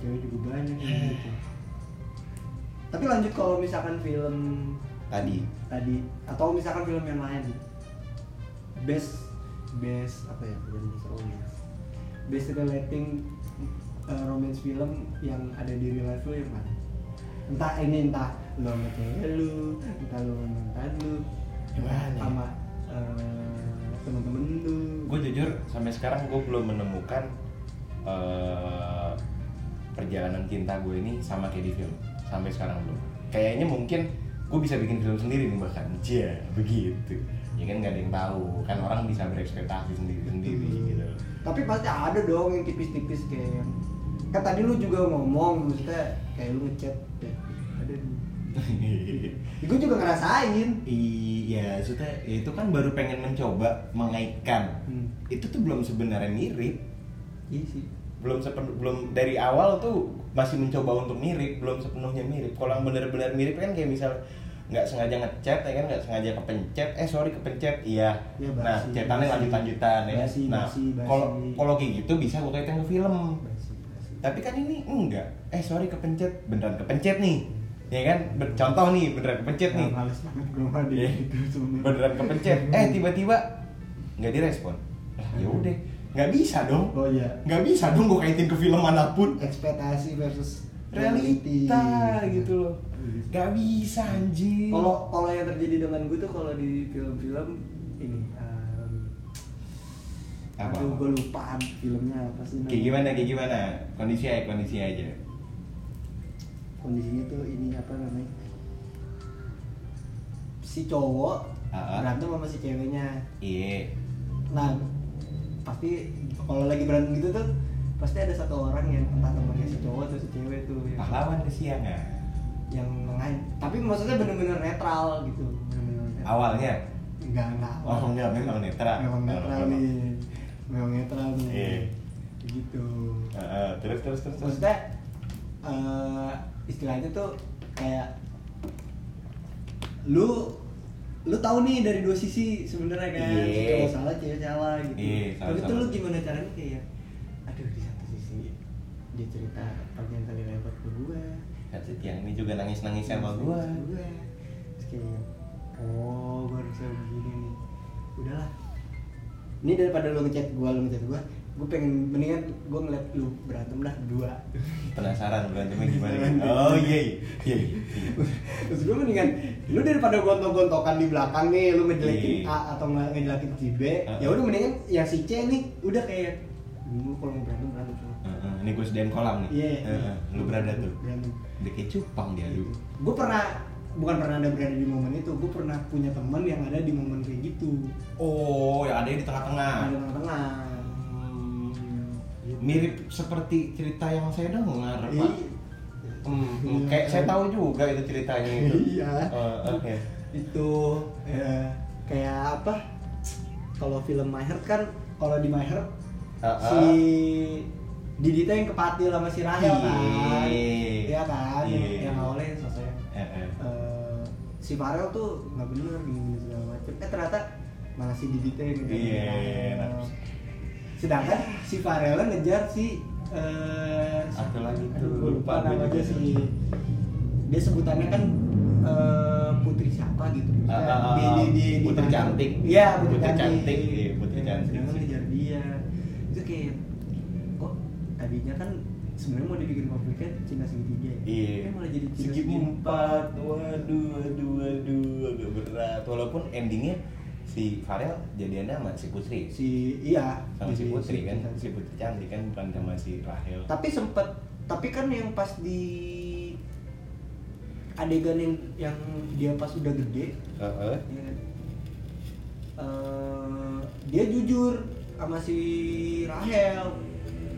[SPEAKER 2] cewek juga banyak yang gitu tapi lanjut kalau misalkan film
[SPEAKER 1] tadi
[SPEAKER 2] tadi atau misalkan film yang lain best best apa ya bukan best romance best relating uh, romance film yang ada di real life lu yang mana entah ini entah lu sama cewek lu entah lu sama mantan lu
[SPEAKER 1] Yang mana ya?
[SPEAKER 2] sama uh, temen-temen lu
[SPEAKER 1] gue jujur sampai sekarang gue belum menemukan eh, perjalanan cinta gue ini sama kayak di film sampai sekarang belum kayaknya mungkin gue bisa bikin film sendiri nih bahkan Cia, begitu ya kan nggak ada yang tahu kan orang bisa berekspektasi sendiri sendiri gitu
[SPEAKER 2] Hmm. tapi pasti ada dong yang tipis-tipis kayak yang kan tadi lu juga ngomong maksudnya kayak lu ngechat kayak, ada
[SPEAKER 1] gitu.
[SPEAKER 2] gue juga ngerasain
[SPEAKER 1] iya maksudnya itu kan baru pengen mencoba mengaitkan
[SPEAKER 2] Hmm.
[SPEAKER 1] itu tuh belum sebenarnya mirip
[SPEAKER 2] iya sih
[SPEAKER 1] belum sepen- belum dari awal tuh masih mencoba untuk mirip belum sepenuhnya mirip kalau yang benar-benar mirip kan kayak misal nggak sengaja ngechat ya kan nggak sengaja kepencet eh sorry kepencet iya
[SPEAKER 2] Ya,
[SPEAKER 1] nah
[SPEAKER 2] basi,
[SPEAKER 1] chatannya
[SPEAKER 2] basi.
[SPEAKER 1] lanjut-lanjutan ya
[SPEAKER 2] Basi,
[SPEAKER 1] nah
[SPEAKER 2] basi, basi.
[SPEAKER 1] kalau kalau kayak gitu bisa gue kaitin ke film
[SPEAKER 2] Basi, basi.
[SPEAKER 1] tapi kan ini enggak eh sorry kepencet beneran kepencet nih ya kan Ber- contoh nih beneran kepencet nih
[SPEAKER 2] Nah, males banget gue mandi
[SPEAKER 1] Iya.
[SPEAKER 2] gitu sebenarnya.
[SPEAKER 1] beneran kepencet eh tiba-tiba nggak direspon Lah, ya udah nggak bisa dong
[SPEAKER 2] Hmm. oh iya
[SPEAKER 1] nggak bisa dong gue kaitin ke film manapun
[SPEAKER 2] ekspektasi versus reality
[SPEAKER 1] realita gitu loh nggak bisa anjing
[SPEAKER 2] kalau kalau yang terjadi dengan gue tuh kalau di film-film ini um,
[SPEAKER 1] Apa?
[SPEAKER 2] aduh gue lupa filmnya apa sih
[SPEAKER 1] kayak gimana kayak gimana kondisi aja kondisi aja
[SPEAKER 2] kondisinya tuh ini apa namanya si cowok
[SPEAKER 1] Ah, ah.
[SPEAKER 2] berantem sama si ceweknya
[SPEAKER 1] iya
[SPEAKER 2] nah pasti kalau lagi berantem gitu tuh pasti ada satu orang yang entah temannya si cowok atau si cewek tuh yang,
[SPEAKER 1] pahlawan ya? kesiangan
[SPEAKER 2] yang mengai- tapi maksudnya bener-bener netral gitu bener-bener netral.
[SPEAKER 1] awalnya
[SPEAKER 2] enggak enggak
[SPEAKER 1] oh enggak memang netral
[SPEAKER 2] memang netral
[SPEAKER 1] Memang.
[SPEAKER 2] nih memang netral nih
[SPEAKER 1] Iya.
[SPEAKER 2] gitu
[SPEAKER 1] Heeh, terus terus terus terus
[SPEAKER 2] maksudnya eh, istilahnya tuh kayak lu lu tahu nih dari dua sisi sebenarnya kan
[SPEAKER 1] Iya.
[SPEAKER 2] cowok salah cewek salah gitu
[SPEAKER 1] Iya,
[SPEAKER 2] tapi
[SPEAKER 1] sama-sama.
[SPEAKER 2] tuh lu gimana caranya kayak aduh di satu sisi dia cerita perjalanan kali lewat ke gue
[SPEAKER 1] Kasih yang Kan ini juga nangis nangis sama gua
[SPEAKER 2] terus kayak oh gue harus begini nih udahlah ini daripada lu ngechat gue lu ngechat gue gue pengen mendingan gue ngeliat lu berantem lah dua
[SPEAKER 1] penasaran berantemnya gimana oh iya iya iya
[SPEAKER 2] terus gue mendingan lu daripada gontok-gontokan di belakang nih lu ngejelekin
[SPEAKER 1] Iya.
[SPEAKER 2] A atau nge- ngejelekin si B
[SPEAKER 1] Heeh.
[SPEAKER 2] ya udah mendingan yang si C nih udah kayak dulu kalau mau berantem berantem sama Iya,
[SPEAKER 1] Heeh, ini gue sedain kolam nih Heeh, lu berada tuh
[SPEAKER 2] berantem
[SPEAKER 1] udah kayak cupang dia lu
[SPEAKER 2] gue pernah bukan pernah ada berada di momen itu gue pernah punya teman yang ada di momen kayak gitu
[SPEAKER 1] oh yang ada di tengah-tengah
[SPEAKER 2] ada tengah-tengah
[SPEAKER 1] Hmm, mirip seperti cerita yang saya dengar pak
[SPEAKER 2] Iya.
[SPEAKER 1] Hmm, hmm, kayak saya tahu juga itu ceritanya itu
[SPEAKER 2] Iya.
[SPEAKER 1] Eh, oke
[SPEAKER 2] itu eh, kayak apa kalau film My Heart kan kalau di My Heart
[SPEAKER 1] Ah,
[SPEAKER 2] si Didita yang kepatil sama si Rahel kan
[SPEAKER 1] Iya.
[SPEAKER 2] iya kan yang-
[SPEAKER 1] Iya.
[SPEAKER 2] yang awalnya selesai
[SPEAKER 1] Eh, eh.
[SPEAKER 2] Eh, si Farel tuh nggak bener gini segala macem eh ternyata malah si Didita yang ngejar
[SPEAKER 1] Iya.
[SPEAKER 2] Rahel. sedangkan si Farel ngejar si eh
[SPEAKER 1] Satu lagi tuh,
[SPEAKER 2] aduh, gua lupa
[SPEAKER 1] lupa gua
[SPEAKER 2] namanya
[SPEAKER 1] juga.
[SPEAKER 2] si dia sebutannya kan eh, putri siapa gitu
[SPEAKER 1] Ah, ah, ah,
[SPEAKER 2] Di- di- di- di-
[SPEAKER 1] Putri
[SPEAKER 2] di-
[SPEAKER 1] Cantik.
[SPEAKER 2] iya putri,
[SPEAKER 1] Putri
[SPEAKER 2] cantik,
[SPEAKER 1] Cantik, iya, Putri
[SPEAKER 2] Iya,
[SPEAKER 1] Cantik
[SPEAKER 2] sedangkan
[SPEAKER 1] sih.
[SPEAKER 2] ngejar dia itu kayak kok tadinya kan sebenarnya mau dibikin konfliknya Cina segitiga ya
[SPEAKER 1] Iya.
[SPEAKER 2] Eh, malah jadi Cina
[SPEAKER 1] Segi empat, waduh, waduh, waduh, agak berat. Walaupun endingnya si Farel jadiannya sama si Putri,
[SPEAKER 2] si iya
[SPEAKER 1] sama si
[SPEAKER 2] jadi
[SPEAKER 1] Putri kan,
[SPEAKER 2] Putri
[SPEAKER 1] si
[SPEAKER 2] Cantik.
[SPEAKER 1] Putri cantik kan, bukan sama si Rahel.
[SPEAKER 2] tapi sempet tapi kan yang pas di adegan yang yang dia pas udah gede
[SPEAKER 1] Heeh.
[SPEAKER 2] ya kan? Eh, dia jujur sama si Rahel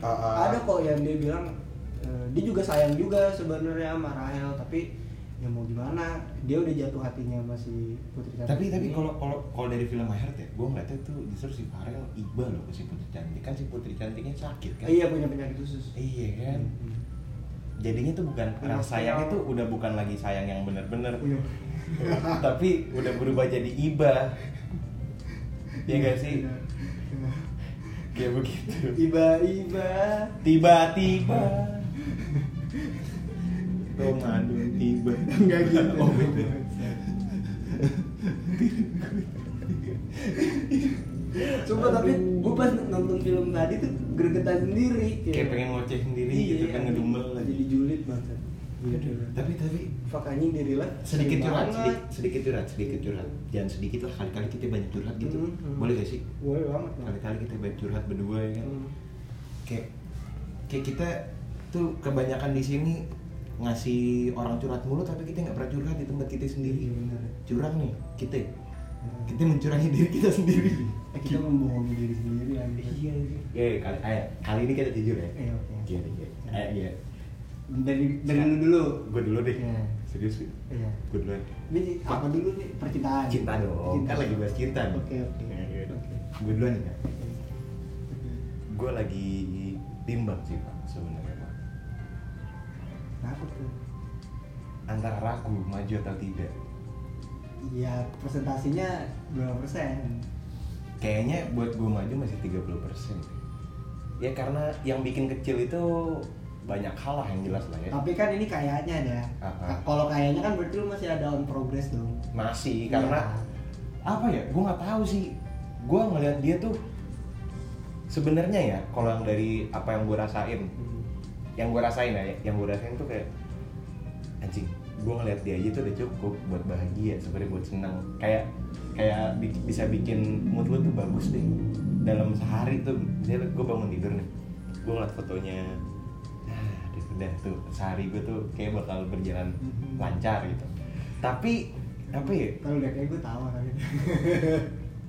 [SPEAKER 2] ada kok yang dia bilang eh, dia juga sayang juga sebenarnya sama Rahel tapi ya mau gimana dia udah jatuh hatinya sama si Putri Cantik
[SPEAKER 1] Tapi tapi
[SPEAKER 2] ini.
[SPEAKER 1] kalau kalau kalau dari film My Heart ya, gue ngeliatnya tuh justru si Farel iba loh ke si Putri cantik kan si Putri cantiknya sakit kan.
[SPEAKER 2] iya punya penyakit khusus
[SPEAKER 1] Iya kan.
[SPEAKER 2] Hmm.
[SPEAKER 1] Jadinya tuh bukan
[SPEAKER 2] Iya,
[SPEAKER 1] rasa sayangnya
[SPEAKER 2] iya.
[SPEAKER 1] tuh udah bukan lagi sayang yang bener-bener,
[SPEAKER 2] Iya.
[SPEAKER 1] tapi udah berubah jadi iba. Iya gak sih? Kayak begitu.
[SPEAKER 2] Iba-iba.
[SPEAKER 1] tiba-tiba Ramadan tiba
[SPEAKER 2] Enggak gitu.
[SPEAKER 1] oh beda
[SPEAKER 2] Coba tapi gue pas nonton film tadi tuh gregetan sendiri Iya,
[SPEAKER 1] kayak pengen ngoceh sendiri gitu kan ngedumel
[SPEAKER 2] Jadi
[SPEAKER 1] lagi Iya,
[SPEAKER 2] julid banget. Julid banget.
[SPEAKER 1] tapi tapi
[SPEAKER 2] Fuck anjing diri lah.
[SPEAKER 1] sedikit
[SPEAKER 2] Sering
[SPEAKER 1] curhat
[SPEAKER 2] banget.
[SPEAKER 1] sedikit, sedikit curhat sedikit curhat jangan sedikit lah kali-kali kita banyak curhat gitu
[SPEAKER 2] Hmm, hmm.
[SPEAKER 1] boleh gak sih
[SPEAKER 2] Boleh banget. Bang.
[SPEAKER 1] kali-kali kita banyak curhat berdua ya kan
[SPEAKER 2] Hmm.
[SPEAKER 1] kayak kayak kita tuh kebanyakan di sini ngasih orang curhat mulu tapi kita nggak pernah curhat di tempat kita sendiri
[SPEAKER 2] Iya, bener.
[SPEAKER 1] curang nih kita kita mencurangi diri kita sendiri
[SPEAKER 2] Eh, kita membohongi diri sendiri lagi.
[SPEAKER 1] iya iya Ya, kali, ayo, kali ini kita jujur ya
[SPEAKER 2] Eh, oke.
[SPEAKER 1] iya iya Ayo, iya
[SPEAKER 2] Dari dari lu dulu.
[SPEAKER 1] gue dulu deh
[SPEAKER 2] Iya.
[SPEAKER 1] serius
[SPEAKER 2] Iya.
[SPEAKER 1] gue duluan
[SPEAKER 2] Ini apa dulu nih percintaan?
[SPEAKER 1] cinta dong
[SPEAKER 2] Cinta.
[SPEAKER 1] kan lagi bahas cinta nih.
[SPEAKER 2] Oke, oke.
[SPEAKER 1] Iya, iya.
[SPEAKER 2] Oke.
[SPEAKER 1] gue duluan ya gue lagi timbang sih pak sebenarnya pak
[SPEAKER 2] Kenapa tuh?
[SPEAKER 1] antara ragu maju atau tidak
[SPEAKER 2] Iya, presentasinya berapa persen?
[SPEAKER 1] kayaknya buat gue maju masih 30% ya karena yang bikin kecil itu banyak hal lah yang jelas lah ya
[SPEAKER 2] Tapi kan ini kayaknya ada.
[SPEAKER 1] Apa?
[SPEAKER 2] Kalau kayaknya kan berarti lu masih ada on progress dong. Iya.
[SPEAKER 1] masih karena apa ya gue nggak tahu sih gue ngeliat dia tuh sebenarnya ya kalau yang dari apa yang gue rasain
[SPEAKER 2] Hmm.
[SPEAKER 1] yang gue rasain ya yang gue rasain tuh kayak anjing gue ngeliat dia aja tuh udah cukup buat bahagia sebenarnya buat senang kayak kayak bi- bisa bikin mood lu tuh bagus deh dalam sehari tuh misalnya gue bangun tidur nih gue ngeliat fotonya ah, aduh, udah tuh sehari gue tuh kayak bakal berjalan
[SPEAKER 2] Mhm.
[SPEAKER 1] lancar gitu tapi apa ya
[SPEAKER 2] Kalau udah kayak gue tahu orangnya.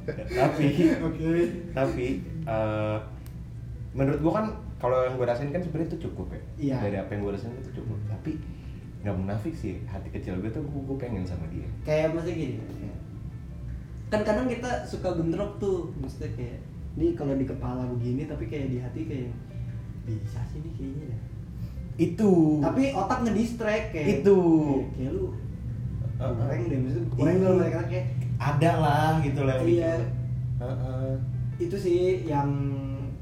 [SPEAKER 1] tapi
[SPEAKER 2] Oke.
[SPEAKER 1] tapi eh, menurut gua kan kalau yang gua rasain kan sebenarnya itu cukup ya
[SPEAKER 2] Iya.
[SPEAKER 1] dari apa yang gua rasain itu cukup tapi nggak munafik sih hati kecil gua tuh gua, gua pengen sama dia
[SPEAKER 2] Kayak maksudnya gini. kayak- Kan kadang kita suka bentrok tuh, maksudnya kayak ini kalau di kepala begini tapi kayak di hati kayak bisa sih nih kayaknya ya." dah.
[SPEAKER 1] itu
[SPEAKER 2] Tapi otak ngedistract kayak
[SPEAKER 1] Itu.
[SPEAKER 2] kayak, kayak lu
[SPEAKER 1] Uh-uh.
[SPEAKER 2] kurang deh maksudnya kurang
[SPEAKER 1] Iya.
[SPEAKER 2] dalam mereka kayak
[SPEAKER 1] ada lah gitu lah yang
[SPEAKER 2] Iya.
[SPEAKER 1] bikin. Heeh.
[SPEAKER 2] itu sih yang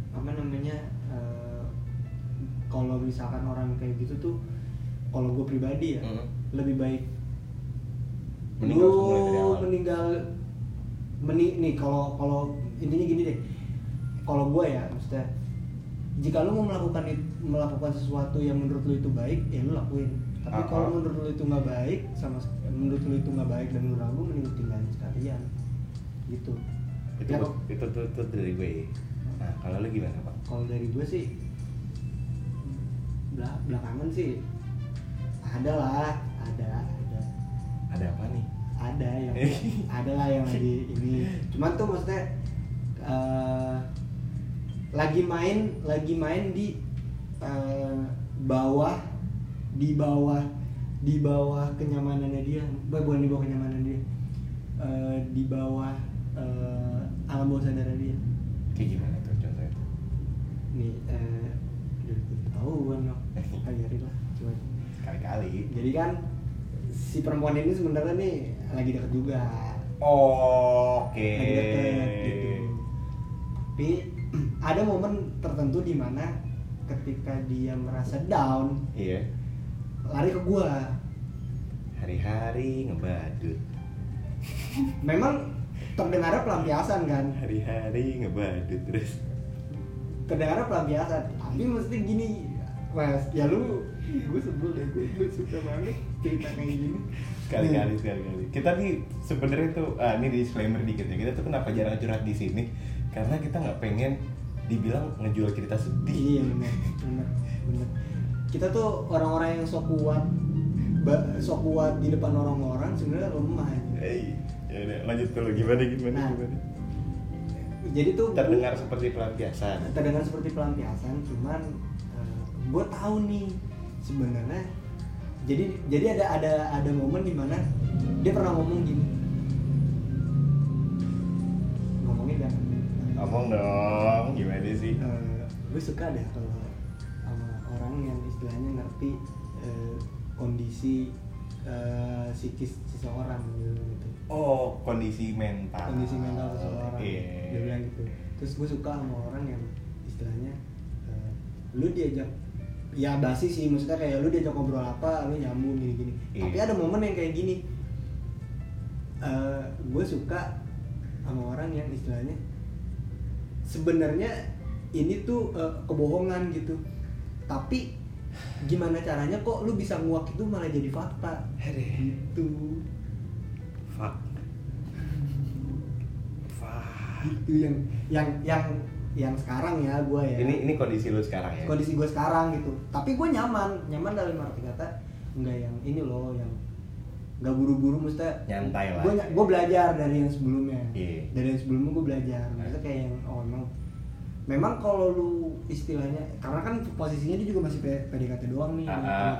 [SPEAKER 2] apa namanya eh, kalau misalkan orang kayak gitu tuh kalau gue pribadi ya
[SPEAKER 1] Mm.
[SPEAKER 2] lebih baik
[SPEAKER 1] Meninggal
[SPEAKER 2] lu
[SPEAKER 1] semula dari awal.
[SPEAKER 2] meninggal meni nih kalau kalau intinya gini deh kalau gue ya maksudnya jika lu mau melakukan it- melakukan sesuatu yang menurut lu itu baik ya lu lakuin tapi
[SPEAKER 1] Ah,
[SPEAKER 2] kalau
[SPEAKER 1] ah.
[SPEAKER 2] menurut lu itu nggak baik sama sek- menurut lu itu nggak baik dan lu ragu mending lu tinggalin sekalian gitu
[SPEAKER 1] itu,
[SPEAKER 2] Ya,
[SPEAKER 1] gua- itu, itu, itu dari gue nah kalau lu gimana pak
[SPEAKER 2] kalau dari gue sih bela- belakangan sih ada lah ada ada
[SPEAKER 1] ada apa nih
[SPEAKER 2] ada yang ada lah yang lagi ini cuman tuh maksudnya eh, lagi main lagi main di eh, bawah di bawah di bawah kenyamanannya dia Bu- bukan di bawah kenyamanan dia Eh, di bawah eh, alam bawah sadar dia
[SPEAKER 1] kayak gimana tuh contohnya tuh?
[SPEAKER 2] nih eh udah ketahuan dong Ajarin lah coba
[SPEAKER 1] sekali-kali
[SPEAKER 2] jadi kan si perempuan ini sebenarnya nih lagi deket juga
[SPEAKER 1] oke
[SPEAKER 2] lagi deket gitu tapi ada momen tertentu di mana ketika dia merasa down
[SPEAKER 1] iya
[SPEAKER 2] lari ke gua
[SPEAKER 1] hari-hari ngebadut
[SPEAKER 2] memang terdengarnya pelampiasan kan
[SPEAKER 1] hari-hari ngebadut terus
[SPEAKER 2] terdengarnya pelampiasan tapi mesti gini mas ya lu gue sebel deh gue, gue suka banget cerita kayak gini
[SPEAKER 1] sekali-kali
[SPEAKER 2] Hmm.
[SPEAKER 1] sekali-kali kita nih sebenarnya tuh ah, ini disclaimer dikit ya kita tuh kenapa jarang curhat di sini karena kita nggak pengen dibilang ngejual cerita
[SPEAKER 2] Iya
[SPEAKER 1] sedih
[SPEAKER 2] benar, benar, benar. Kita tuh orang-orang yang sok kuat, ba- sok kuat di depan orang-orang sebenarnya lemah.
[SPEAKER 1] hey, ya udah lanjut dulu gimana gimana
[SPEAKER 2] Nah.
[SPEAKER 1] gimana
[SPEAKER 2] Jadi tuh gua-
[SPEAKER 1] terdengar seperti pelampiasan
[SPEAKER 2] terdengar seperti pelampiasan, cuman gue tahu nih sebenarnya. Jadi jadi ada ada ada momen dimana dia pernah ngomong gini, ngomongin kan.
[SPEAKER 1] ngomong dong gimana sih
[SPEAKER 2] Eh, gue suka deh kalau sama orang yang istilahnya ngerti eh, kondisi eh, psikis seseorang gitu, gitu.
[SPEAKER 1] oh kondisi mental
[SPEAKER 2] kondisi mental seseorang
[SPEAKER 1] iya
[SPEAKER 2] dia bilang gitu terus gue suka sama orang yang istilahnya eh, lu diajak ya basi sih maksudnya kayak lu diajak ngobrol apa lu nyambung gini gini
[SPEAKER 1] Iya.
[SPEAKER 2] tapi ada momen yang kayak gini gue suka sama orang yang istilahnya sebenarnya ini tuh eh, kebohongan gitu tapi gimana caranya kok lu bisa nguak itu malah jadi fakta
[SPEAKER 1] Aduh.
[SPEAKER 2] gitu
[SPEAKER 1] fuck fuck
[SPEAKER 2] itu yang yang yang yang sekarang ya gue ya
[SPEAKER 1] ini ini kondisi lu sekarang ya
[SPEAKER 2] kondisi gue sekarang gitu tapi gue nyaman nyaman dalam arti kata nggak yang ini loh yang nggak buru-buru mesti
[SPEAKER 1] Nyantai lah.
[SPEAKER 2] gue gue belajar dari yang sebelumnya
[SPEAKER 1] Iya.
[SPEAKER 2] dari yang sebelumnya gue belajar maksudnya kayak yang oh emang memang kalau lu istilahnya karena kan posisinya dia juga masih P- PDKT doang nih
[SPEAKER 1] Ah,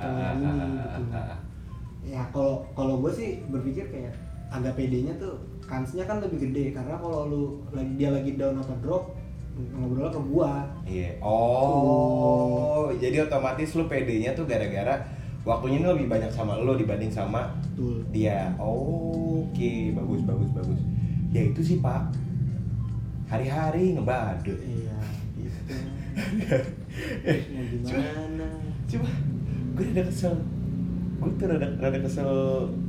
[SPEAKER 2] sama
[SPEAKER 1] ah,
[SPEAKER 2] cowok
[SPEAKER 1] ah,
[SPEAKER 2] ini
[SPEAKER 1] ah,
[SPEAKER 2] gitu
[SPEAKER 1] ah, ah.
[SPEAKER 2] ya kalau kalau gue sih berpikir kayak agak pedenya tuh kansnya kan lebih gede karena kalau lu lagi dia lagi down atau drop ngobrolnya ke gua
[SPEAKER 1] Iya. Oh, jadi otomatis lu PD-nya tuh gara-gara waktunya ini lebih banyak sama lu dibanding sama
[SPEAKER 2] betul
[SPEAKER 1] dia. Oke, bagus bagus bagus. Ya itu sih, Pak. Hari-hari ngebadut.
[SPEAKER 2] iya gitu ya
[SPEAKER 1] Cuma,
[SPEAKER 2] gimana
[SPEAKER 1] cuma gue rada kesel. Gue tuh rada, rada kesel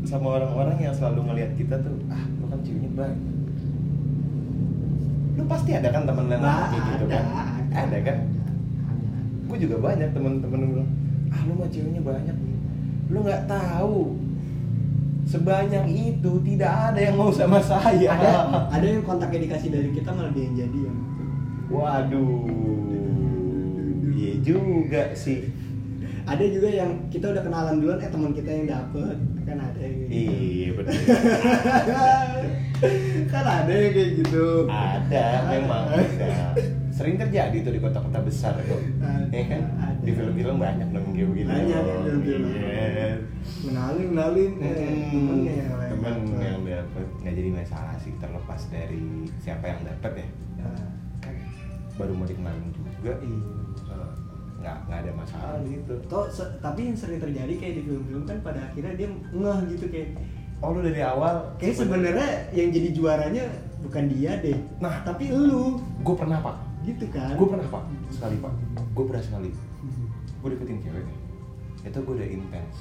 [SPEAKER 1] sama orang-orang yang selalu ngelihat kita tuh, ah, lu kan ceweknya baik. lu pasti ada kan temen yang
[SPEAKER 3] Nah,
[SPEAKER 1] kayak gitu kan
[SPEAKER 3] ada.
[SPEAKER 1] ada kan gue juga banyak temen-temen gue bilang ah lu mah ceweknya banyak lu nggak tahu sebanyak itu tidak ada yang mau sama saya
[SPEAKER 2] ada Oh, ada yang kontaknya dikasih dari kita malah dia yang jadi yang
[SPEAKER 1] waduh iya juga sih
[SPEAKER 2] ada juga yang kita udah kenalan duluan eh teman kita yang dapet kan ada yang kayak gitu.
[SPEAKER 1] iya benar
[SPEAKER 2] kan ada yang kayak gitu
[SPEAKER 1] ada memang ada. sering terjadi tuh di kota-kota besar kok
[SPEAKER 2] Ada,
[SPEAKER 1] ya kan
[SPEAKER 2] ada.
[SPEAKER 1] di film-film banyak dong kayak begini
[SPEAKER 2] Banyak di film-film.
[SPEAKER 1] Oh, Iya.
[SPEAKER 2] kenalin kenalin eh,
[SPEAKER 1] Hmm,
[SPEAKER 2] temennya yang lain
[SPEAKER 1] temen
[SPEAKER 2] dapet.
[SPEAKER 1] yang dapat nggak jadi masalah sih terlepas dari siapa yang dapat ya
[SPEAKER 2] Nah,
[SPEAKER 1] baru mau dikenalin juga
[SPEAKER 2] iya.
[SPEAKER 1] Eh, nggak nggak ada masalah gitu
[SPEAKER 2] Ah, Toh, se- tapi yang sering terjadi kayak di film-film kan pada akhirnya dia ngeh gitu kayak
[SPEAKER 1] oh lu dari awal
[SPEAKER 2] kayak sebenarnya yang jadi juaranya bukan dia deh
[SPEAKER 1] Nah.
[SPEAKER 2] tapi lu
[SPEAKER 1] gue pernah pak
[SPEAKER 2] gitu kan
[SPEAKER 1] gue pernah pak sekali pak gue pernah sekali gue deketin cewek itu gue udah intens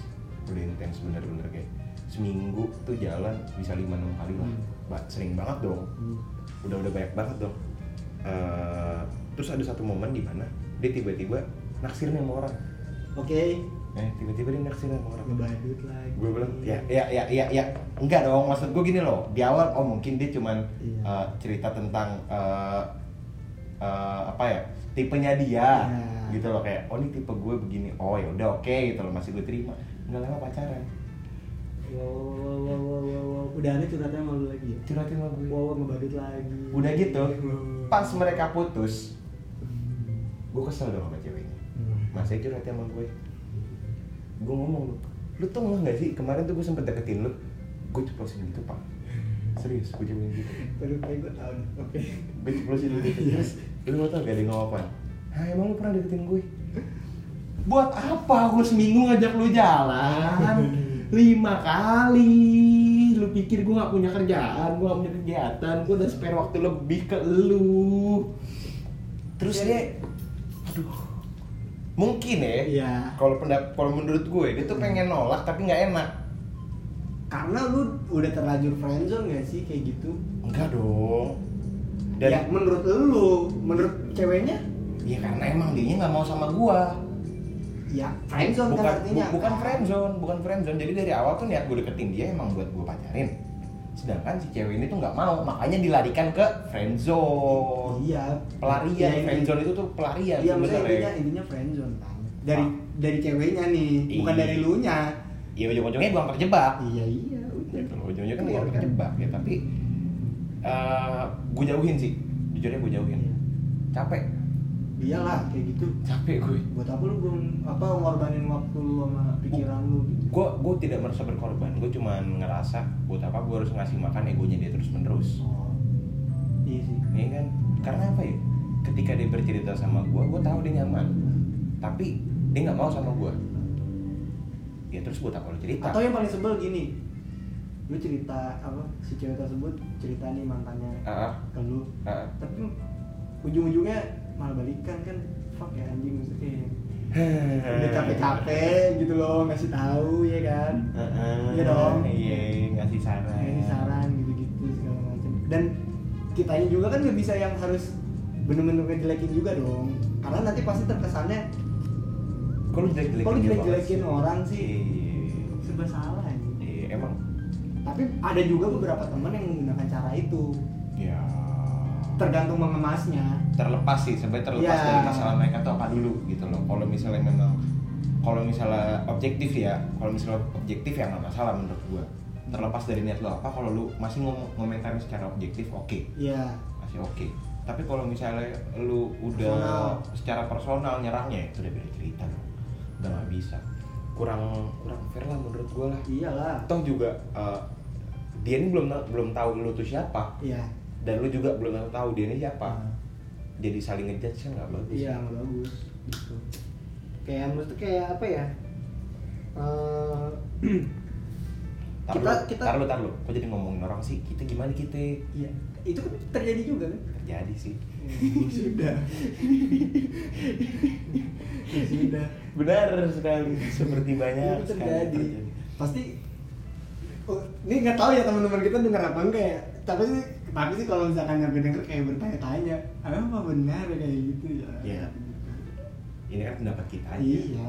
[SPEAKER 1] udah intens bener-bener kayak seminggu tuh jalan bisa lima enam kali lah Ba- sering banget dong
[SPEAKER 2] Hmm.
[SPEAKER 1] udah udah banyak banget dong Eh, terus ada satu momen di mana dia tiba-tiba naksir nih sama orang
[SPEAKER 2] oke
[SPEAKER 1] eh tiba-tiba dia naksir nih sama orang
[SPEAKER 2] ngebadut lagi
[SPEAKER 1] gue bilang ya ya ya ya ya enggak dong maksud gue gini loh di awal oh mungkin dia cuman
[SPEAKER 2] Iya.
[SPEAKER 1] eh, cerita tentang eh, eh, apa ya tipenya dia
[SPEAKER 2] Iya.
[SPEAKER 1] gitu loh kayak oh ini tipe gue begini oh ya udah oke gitu loh masih gue terima nggak lama pacaran
[SPEAKER 2] wow wow wow wow wow, wow udah aneh curhatnya malu lagi ya
[SPEAKER 1] curhatin sama gue
[SPEAKER 2] wow wow, ngebadut lagi
[SPEAKER 1] udah gitu
[SPEAKER 2] Wow.
[SPEAKER 1] pas mereka putus gue kesel dong sama ceweknya
[SPEAKER 2] Hmm.
[SPEAKER 1] masih curhatnya sama gue gue ngomong lu lu tau nggak nggak sih kemarin tuh gue sempet deketin lu gue ceplosin gitu pak serius gue ceplosin gitu
[SPEAKER 2] baru kayak gue tahu nih. oke
[SPEAKER 1] gue ceplosin lu gitu
[SPEAKER 2] Iya.
[SPEAKER 1] terus lu mau tau gak dia ngomong apa Hah emang lu pernah deketin gue buat apa gue seminggu ngajak lu jalan lima kali lu pikir gue gak punya kerjaan gue gak punya kegiatan gue udah spare waktu lebih ke lu terus dia aduh mungkin ya
[SPEAKER 2] Iya.
[SPEAKER 1] kalau pendap kalau menurut gue dia tuh pengen nolak tapi nggak enak
[SPEAKER 2] karena lu udah terlanjur friendzone gak sih kayak gitu
[SPEAKER 1] enggak dong
[SPEAKER 2] ya
[SPEAKER 1] dan
[SPEAKER 2] menurut lu menurut ceweknya
[SPEAKER 1] ya karena emang dia nggak mau sama gua
[SPEAKER 2] ya friendzone
[SPEAKER 1] bukan
[SPEAKER 2] kan artinya
[SPEAKER 1] bu- bukan friendzone bukan friendzone jadi dari awal tuh niat gue deketin dia emang buat gue pacarin sedangkan si cewek ini tuh nggak mau makanya dilarikan ke friendzone
[SPEAKER 2] iya
[SPEAKER 1] pelarian
[SPEAKER 2] Ya,
[SPEAKER 1] friendzone itu tuh pelarian
[SPEAKER 2] Iya, maksudnya intinya,
[SPEAKER 1] sebenarnya
[SPEAKER 2] intinya friendzone kan. Dari
[SPEAKER 1] Ah.
[SPEAKER 2] dari ceweknya nih, bukan
[SPEAKER 1] Iya.
[SPEAKER 2] dari lu nya.
[SPEAKER 1] ya ujung-ujungnya gue yang terjebak
[SPEAKER 2] Iya iya. udah.
[SPEAKER 1] gitu loh ujung-ujungnya kan
[SPEAKER 2] Keluar
[SPEAKER 1] yang
[SPEAKER 2] kan.
[SPEAKER 1] terjebak ya tapi gue jauhin sih jujurnya gue jauhin
[SPEAKER 2] Iya.
[SPEAKER 1] capek
[SPEAKER 2] Iyalah kayak gitu.
[SPEAKER 1] capek gue
[SPEAKER 2] Buat apa lu belum apa ngorbanin waktu lu sama pikiran lu gitu.
[SPEAKER 1] gue gue tidak merasa berkorban gue cuman ngerasa buat apa gue harus ngasih makan egonya dia terus menerus
[SPEAKER 2] Oh. Iya sih.
[SPEAKER 1] Iya kan? Karena apa ya? Ketika dia bercerita sama gua, gua tahu dia nyaman.
[SPEAKER 2] Iya.
[SPEAKER 1] Tapi dia nggak mau sama gua. Ya terus buat apa lu cerita?
[SPEAKER 2] Atau yang paling sebel gini. Lu cerita apa si cewek tersebut cerita nih mantannya
[SPEAKER 1] Ah,
[SPEAKER 2] ke lu.
[SPEAKER 1] ah, ah.
[SPEAKER 2] Tapi ujung-ujungnya malah balikan kan. Fuck ya anjing maksudnya. Udah capek-capek gitu loh ngasih tahu ya kan.
[SPEAKER 1] Ah, ah.
[SPEAKER 2] Iya dong.
[SPEAKER 1] Iya, ngasih saran.
[SPEAKER 2] ini saran gitu-gitu segala macam dan kitanya juga kan nggak bisa yang harus bener-bener ngejelekin juga dong karena nanti pasti terkesannya
[SPEAKER 1] Kalau jelek-jelekin.
[SPEAKER 2] kalau
[SPEAKER 1] dia
[SPEAKER 2] jelek-jelekin
[SPEAKER 1] banget
[SPEAKER 2] orang
[SPEAKER 1] sih?
[SPEAKER 2] sih
[SPEAKER 1] Iya.
[SPEAKER 2] serba salah ya.
[SPEAKER 1] Iya, emang
[SPEAKER 2] tapi ada juga beberapa teman yang menggunakan cara itu
[SPEAKER 1] ya
[SPEAKER 2] tergantung mengemasnya
[SPEAKER 1] terlepas sih sebenarnya terlepas
[SPEAKER 2] Iya.
[SPEAKER 1] dari masalah mereka tuh apa dulu gitu loh kalau misalnya memang kalau misalnya objektif ya kalau misalnya objektif ya nggak masalah menurut gua terlepas dari niat lo apa kalau lu masih ngom ngomentarin secara objektif oke
[SPEAKER 2] ya
[SPEAKER 1] masih oke tapi kalau misalnya lu udah secara personal nyerangnya itu udah beda cerita dong udah nggak bisa kurang kurang fair lah menurut gua lah
[SPEAKER 2] iyalah
[SPEAKER 1] toh juga eh, dia ini belum belum tahu lu tuh siapa
[SPEAKER 2] iya
[SPEAKER 1] dan lu juga belum tahu dia ini siapa
[SPEAKER 2] Hmm.
[SPEAKER 1] jadi saling ngejudge kan nggak bagus
[SPEAKER 2] iya nggak bagus gitu kayak maksudnya kayak apa ya Eh,
[SPEAKER 1] Tar
[SPEAKER 2] Kita-
[SPEAKER 1] lu,
[SPEAKER 2] kita-
[SPEAKER 1] tar lu, tar lu. Kok jadi ngomongin orang sih? Kita gimana kita?
[SPEAKER 2] iya itu kan terjadi juga kan
[SPEAKER 1] Terjadi sih. Oh,
[SPEAKER 2] sudah Ya sudah
[SPEAKER 1] Benar sekali. Seperti banyak
[SPEAKER 2] itu Iya,
[SPEAKER 1] sekali
[SPEAKER 2] terjadi
[SPEAKER 1] terjadi.
[SPEAKER 2] pasti oh, ini nggak tahu ya teman-teman kita dengar apa enggak ya tapi sih tapi sih kalau misalkan nyampe denger kayak bertanya-tanya apa benar ya kayak gitu ya
[SPEAKER 1] Iya. ini kan pendapat kita aja
[SPEAKER 2] iya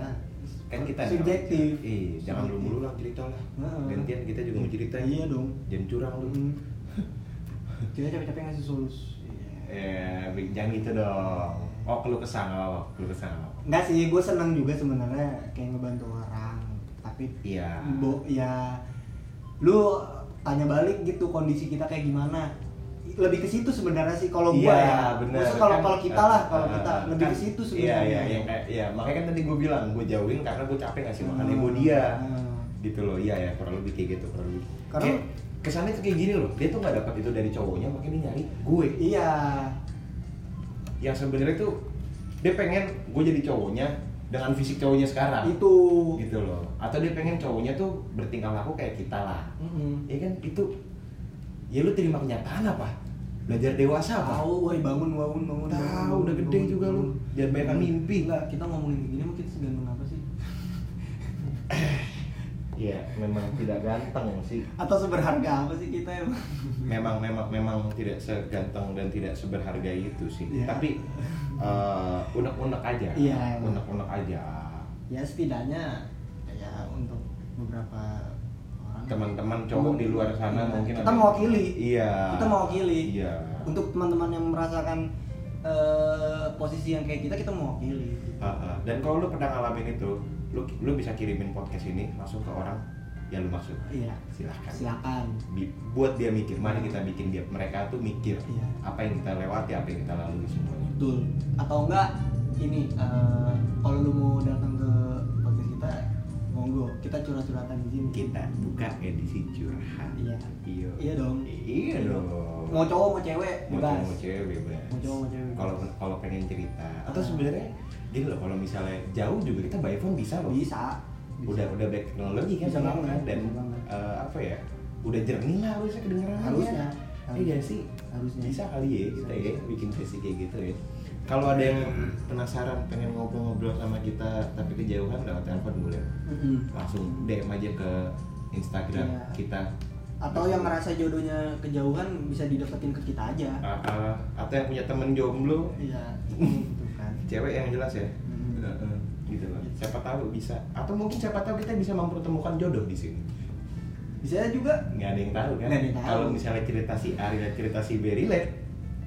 [SPEAKER 1] kan kita nggak-
[SPEAKER 2] subjektif
[SPEAKER 1] Iya, jangan lu
[SPEAKER 2] Subjektif.
[SPEAKER 1] mulu lah cerita lah
[SPEAKER 2] Heeh.
[SPEAKER 1] gantian kita juga mau cerita
[SPEAKER 2] Iya dong.
[SPEAKER 1] jangan curang lu
[SPEAKER 2] Mm. kita capek-capek ngasih solusi Iya.
[SPEAKER 1] ya jangan gitu dong oh keluh kesah nggak apa-apa keluh kesah nggak apa-apa
[SPEAKER 2] Enggak sih, gue seneng juga sebenarnya kayak ngebantu orang. Tapi
[SPEAKER 1] Iya.
[SPEAKER 2] bo, ya lu tanya balik gitu kondisi kita kayak gimana. Lebih ke situ sebenarnya sih kalau gue ya.
[SPEAKER 1] Iya, bener.
[SPEAKER 2] Maksudnya kalau
[SPEAKER 1] Kan,
[SPEAKER 2] kalau kita
[SPEAKER 1] eh,
[SPEAKER 2] lah, kalau
[SPEAKER 1] eh,
[SPEAKER 2] kita
[SPEAKER 1] eh,
[SPEAKER 2] lebih
[SPEAKER 1] kan,
[SPEAKER 2] ke situ
[SPEAKER 1] Iya,
[SPEAKER 2] sebenarnya.
[SPEAKER 1] iya, iya, kayak, iya. Makanya kan tadi gue bilang gue jauhin karena gue capek ngasih makan
[SPEAKER 2] Hmm.
[SPEAKER 1] ibu dia.
[SPEAKER 2] Hmm.
[SPEAKER 1] Gitu loh. Iya, ya, kurang lebih kayak gitu, kurang lebih.
[SPEAKER 2] Karena-
[SPEAKER 1] Kayak kesannya tuh kayak gini loh. Dia tuh nggak dapat itu dari cowoknya, makanya dia nyari gue.
[SPEAKER 2] Iya.
[SPEAKER 1] Yang sebenarnya tuh dia pengen gue jadi cowoknya dengan fisik cowoknya sekarang.
[SPEAKER 2] Itu.
[SPEAKER 1] Ah. Gitu loh. Atau dia pengen cowoknya tuh bertingkah laku kayak kita lah.
[SPEAKER 2] Mm-mm.
[SPEAKER 1] Ya kan itu ya lu terima kenyataan apa? Belajar dewasa apa?
[SPEAKER 2] Tahu, woi bangun, bangun, bangun.
[SPEAKER 1] Tahu,
[SPEAKER 2] bangun,
[SPEAKER 1] udah
[SPEAKER 2] bangun,
[SPEAKER 1] gede
[SPEAKER 2] bangun,
[SPEAKER 1] juga lu.
[SPEAKER 2] bangun.
[SPEAKER 1] Jangan banyak mimpi.
[SPEAKER 2] Enggak, kita ngomongin begini mungkin seganteng apa sih?
[SPEAKER 1] Iya, memang tidak ganteng sih.
[SPEAKER 2] Atau seberharga apa sih kita emang?
[SPEAKER 1] memang memang memang tidak seganteng dan tidak seberharga itu sih
[SPEAKER 2] Iya.
[SPEAKER 1] tapi eh, unek-unek aja
[SPEAKER 2] Iya.
[SPEAKER 1] unek-unek aja
[SPEAKER 2] ya setidaknya ya untuk beberapa orang
[SPEAKER 1] teman-teman cowok di luar sana
[SPEAKER 2] Iya.
[SPEAKER 1] mungkin
[SPEAKER 2] kita
[SPEAKER 1] ada-
[SPEAKER 2] mewakili
[SPEAKER 1] iya
[SPEAKER 2] kita mewakili
[SPEAKER 1] iya
[SPEAKER 2] untuk teman-teman yang merasakan eh, posisi yang kayak kita kita mewakili
[SPEAKER 1] Ah, ah. dan kalau lu pernah ngalamin itu lu lu bisa kirimin podcast ini langsung ke orang yang lu maksud
[SPEAKER 2] iya
[SPEAKER 1] silahkan
[SPEAKER 2] silakan
[SPEAKER 1] Bi- buat dia mikir mari kita bikin dia mereka tuh mikir
[SPEAKER 2] Iya.
[SPEAKER 1] apa yang kita lewati apa yang kita lalui semuanya
[SPEAKER 2] betul atau enggak ini eh, kalau lu mau datang ke podcast kita monggo kita curhat-curhatan di sini
[SPEAKER 1] kita buka edisi curhat
[SPEAKER 2] Iya.
[SPEAKER 1] iya
[SPEAKER 2] Iya dong.
[SPEAKER 1] iya dong
[SPEAKER 2] mau cowok mau cewek
[SPEAKER 1] mau cowok
[SPEAKER 2] bebas
[SPEAKER 1] mau cewek bebas
[SPEAKER 2] Mau cowok, mau cewek.
[SPEAKER 1] kalau kalau pengen cerita atau
[SPEAKER 2] Ah.
[SPEAKER 1] sebenarnya gini loh kalau misalnya jauh juga kita by phone bisa loh
[SPEAKER 2] bisa
[SPEAKER 1] udah udah back teknologi kan
[SPEAKER 2] Bisa
[SPEAKER 1] sekarang
[SPEAKER 2] banget,
[SPEAKER 1] kan? dan
[SPEAKER 2] bisa banget.
[SPEAKER 1] eh, apa ya udah jernih lah harusnya kedengeran
[SPEAKER 2] Harusnya.
[SPEAKER 1] iya sih
[SPEAKER 2] Harusnya.
[SPEAKER 1] bisa kali ya kita ya bikin sesi kayak gitu ya kalau ada yang penasaran pengen ngobrol-ngobrol sama kita tapi kejauhan lewat telepon boleh
[SPEAKER 2] Mm-mm.
[SPEAKER 1] langsung DM aja ke Instagram
[SPEAKER 2] Iya.
[SPEAKER 1] kita
[SPEAKER 2] atau yang ngerasa jodohnya kejauhan bisa dideketin ke kita aja
[SPEAKER 1] Ah, ah. atau yang punya temen jomblo
[SPEAKER 2] iya gitu kan
[SPEAKER 1] cewek yang jelas ya
[SPEAKER 2] Hmm. Iya.
[SPEAKER 1] Heeh, gitu loh siapa tahu bisa atau mungkin siapa tahu kita bisa mempertemukan jodoh di sini
[SPEAKER 2] bisa juga
[SPEAKER 1] nggak ada yang tahu kan
[SPEAKER 2] Nggak ada yang tahu.
[SPEAKER 1] kalau misalnya cerita si A relate cerita si B relate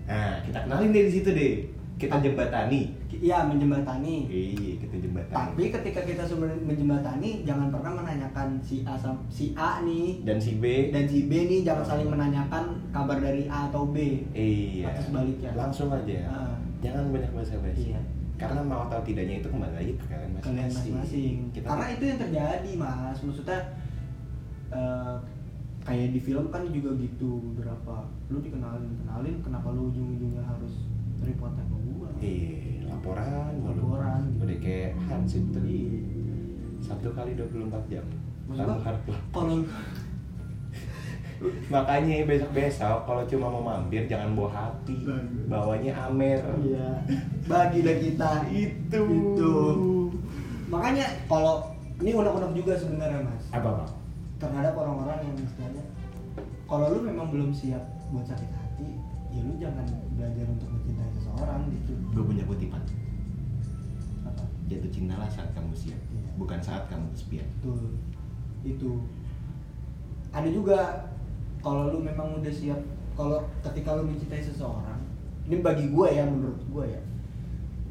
[SPEAKER 1] nah kita kenalin deh di situ deh kita jembatani
[SPEAKER 2] iya menjembatani
[SPEAKER 1] iya kita jembatani
[SPEAKER 2] tapi ketika kita sebenarnya menjembatani jangan pernah menanyakan si A sam- si A nih
[SPEAKER 1] dan si B
[SPEAKER 2] dan si B nih jangan saling menanyakan kabar dari A atau B
[SPEAKER 1] iya
[SPEAKER 2] atau sebaliknya
[SPEAKER 1] langsung aja
[SPEAKER 2] Ah.
[SPEAKER 1] jangan banyak bahasa basi
[SPEAKER 2] Iya.
[SPEAKER 1] karena mau tahu tidaknya itu kembali lagi ke kalian
[SPEAKER 2] kalian
[SPEAKER 1] masing-masing
[SPEAKER 2] masing-masing
[SPEAKER 1] Kita-
[SPEAKER 2] karena itu yang terjadi mas maksudnya eh, kayak di film kan juga gitu beberapa lu dikenalin kenalin kenapa lu ujung-ujungnya harus report ke gua
[SPEAKER 1] Eh, laporan, mulu.
[SPEAKER 2] Laporan. Iya.
[SPEAKER 1] Udah kayak hansip tuh. Satu kali 24 jam.
[SPEAKER 2] Maksud
[SPEAKER 1] Kamu
[SPEAKER 2] gua,
[SPEAKER 1] harus lapor.
[SPEAKER 2] kalau
[SPEAKER 1] Makanya besok-besok kalau cuma mau mampir jangan bawa hati.
[SPEAKER 2] Bagus.
[SPEAKER 1] Bawanya amer.
[SPEAKER 2] Iya. Bagilah kita
[SPEAKER 1] Itu.
[SPEAKER 2] Itu. Makanya kalau ini unek-unek juga sebenarnya Mas
[SPEAKER 1] Apa, Bang?
[SPEAKER 2] terhadap orang-orang yang istilahnya kalau lu memang belum siap buat sakit hati, ya lu jangan belajar untuk mencintai seseorang gitu.
[SPEAKER 1] Gue punya kutipan.
[SPEAKER 2] Apa?
[SPEAKER 1] Jatuh cintalah saat kamu siap,
[SPEAKER 2] Iya.
[SPEAKER 1] bukan saat kamu kesepian.
[SPEAKER 2] Betul. Itu. Ada juga kalau lu memang udah siap kalau ketika lu mencintai seseorang, ini bagi gue ya menurut gue ya.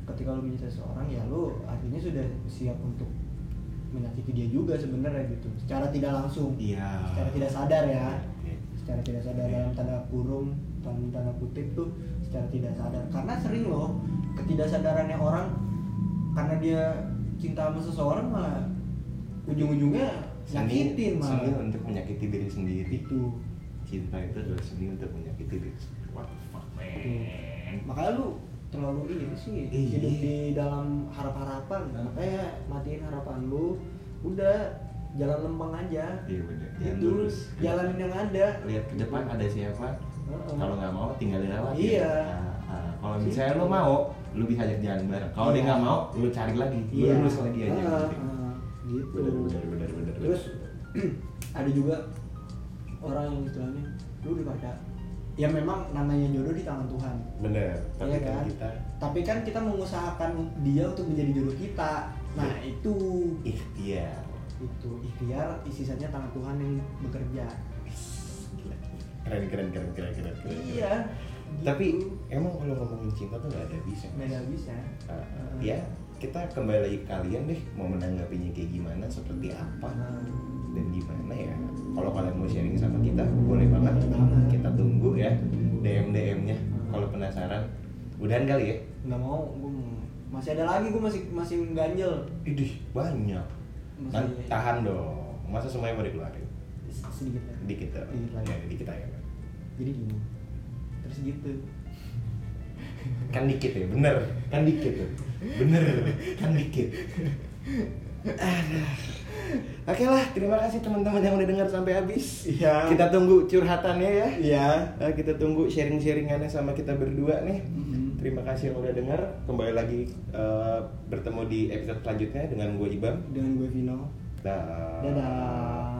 [SPEAKER 2] Ketika lu mencintai seseorang ya lu artinya sudah siap untuk menyakiti dia juga sebenarnya gitu. Secara tidak langsung.
[SPEAKER 1] Iya.
[SPEAKER 2] Secara tidak sadar ya.
[SPEAKER 1] Iya, iya.
[SPEAKER 2] Secara tidak sadar
[SPEAKER 1] Iya.
[SPEAKER 2] dalam tanda kurung, dalam tanda kutip tuh secara tidak sadar. Karena sering loh ketidaksadarannya orang karena dia cinta sama seseorang malah ujung-ujungnya nyakitin malah. Gitu.
[SPEAKER 1] seni untuk menyakiti diri sendiri.
[SPEAKER 2] Itu.
[SPEAKER 1] Cinta itu adalah seni untuk menyakiti diri sendiri. What the fuck,
[SPEAKER 2] Iya.
[SPEAKER 1] man?
[SPEAKER 2] Makanya lu terlalu ini sih
[SPEAKER 1] Iya.
[SPEAKER 2] hidup di dalam harap-harapan. Makanya matiin harapan lu. Udah jalan lempeng aja.
[SPEAKER 1] Iya bener. Jangan
[SPEAKER 2] Itu
[SPEAKER 1] lurus.
[SPEAKER 2] jalanin yang ada.
[SPEAKER 1] lihat ke depan ada siapa
[SPEAKER 2] Heeh.
[SPEAKER 1] kalau nggak mau tinggal lewat
[SPEAKER 2] Iya.
[SPEAKER 1] Ah, ah. kalau misalnya lo mau lo bisa ajak jalan bareng kalau dia
[SPEAKER 2] Iya.
[SPEAKER 1] nggak mau lo cari lagi lo
[SPEAKER 2] Iya.
[SPEAKER 1] lurus lagi aja
[SPEAKER 2] Ah,
[SPEAKER 1] gitu.
[SPEAKER 2] ah, gitu.
[SPEAKER 1] bener bener bener bener
[SPEAKER 2] Terus ada juga orang yang istilahnya lu udah kerja ya memang namanya jodoh di tangan Tuhan
[SPEAKER 1] bener tapi
[SPEAKER 2] Iya
[SPEAKER 1] kan
[SPEAKER 2] kan?
[SPEAKER 1] kita
[SPEAKER 2] tapi kan kita mengusahakan dia untuk menjadi jodoh kita nah
[SPEAKER 1] Iya.
[SPEAKER 2] itu
[SPEAKER 1] ikhtiar
[SPEAKER 2] itu ikhtiar sisanya tangan Tuhan yang bekerja
[SPEAKER 1] Gila. keren keren keren keren keren keren
[SPEAKER 2] iya gitu.
[SPEAKER 1] tapi emang kalau ngomongin cinta tuh nggak ada habisnya Mas.
[SPEAKER 2] nggak ada habisnya Eh,
[SPEAKER 1] Uh, ya kita kembali lagi ke kalian deh mau menanggapinya kayak gimana seperti apa
[SPEAKER 2] eh,
[SPEAKER 1] dan gimana ya kalau kalian mau sharing sama kita boleh banget kita tunggu ya dm dm nya kalau penasaran udahan kali ya
[SPEAKER 2] nggak mau gue masih ada lagi gue masih masih ganjel
[SPEAKER 1] idih banyak kan
[SPEAKER 2] Masih-
[SPEAKER 1] tahan dong masa semuanya mau dikeluarin
[SPEAKER 2] sedikit lagi.
[SPEAKER 1] dikit dong
[SPEAKER 2] Dikit lagi.
[SPEAKER 1] ya dikit aja Bang.
[SPEAKER 2] jadi gini terus gitu
[SPEAKER 1] kan dikit ya bener kan dikit tuh bener kan dikit Aduh. Oke lah, terima kasih teman-teman yang udah dengar sampai habis.
[SPEAKER 2] Iya.
[SPEAKER 1] Kita tunggu curhatannya ya.
[SPEAKER 2] iya
[SPEAKER 1] Eh, kita tunggu sharing-sharingannya sama kita berdua nih.
[SPEAKER 2] Mhm.
[SPEAKER 1] Terima kasih yang udah dengar. Kembali lagi eh, bertemu di episode selanjutnya dengan gue Ibam.
[SPEAKER 2] dengan gue Vino
[SPEAKER 1] Dah.
[SPEAKER 2] dadah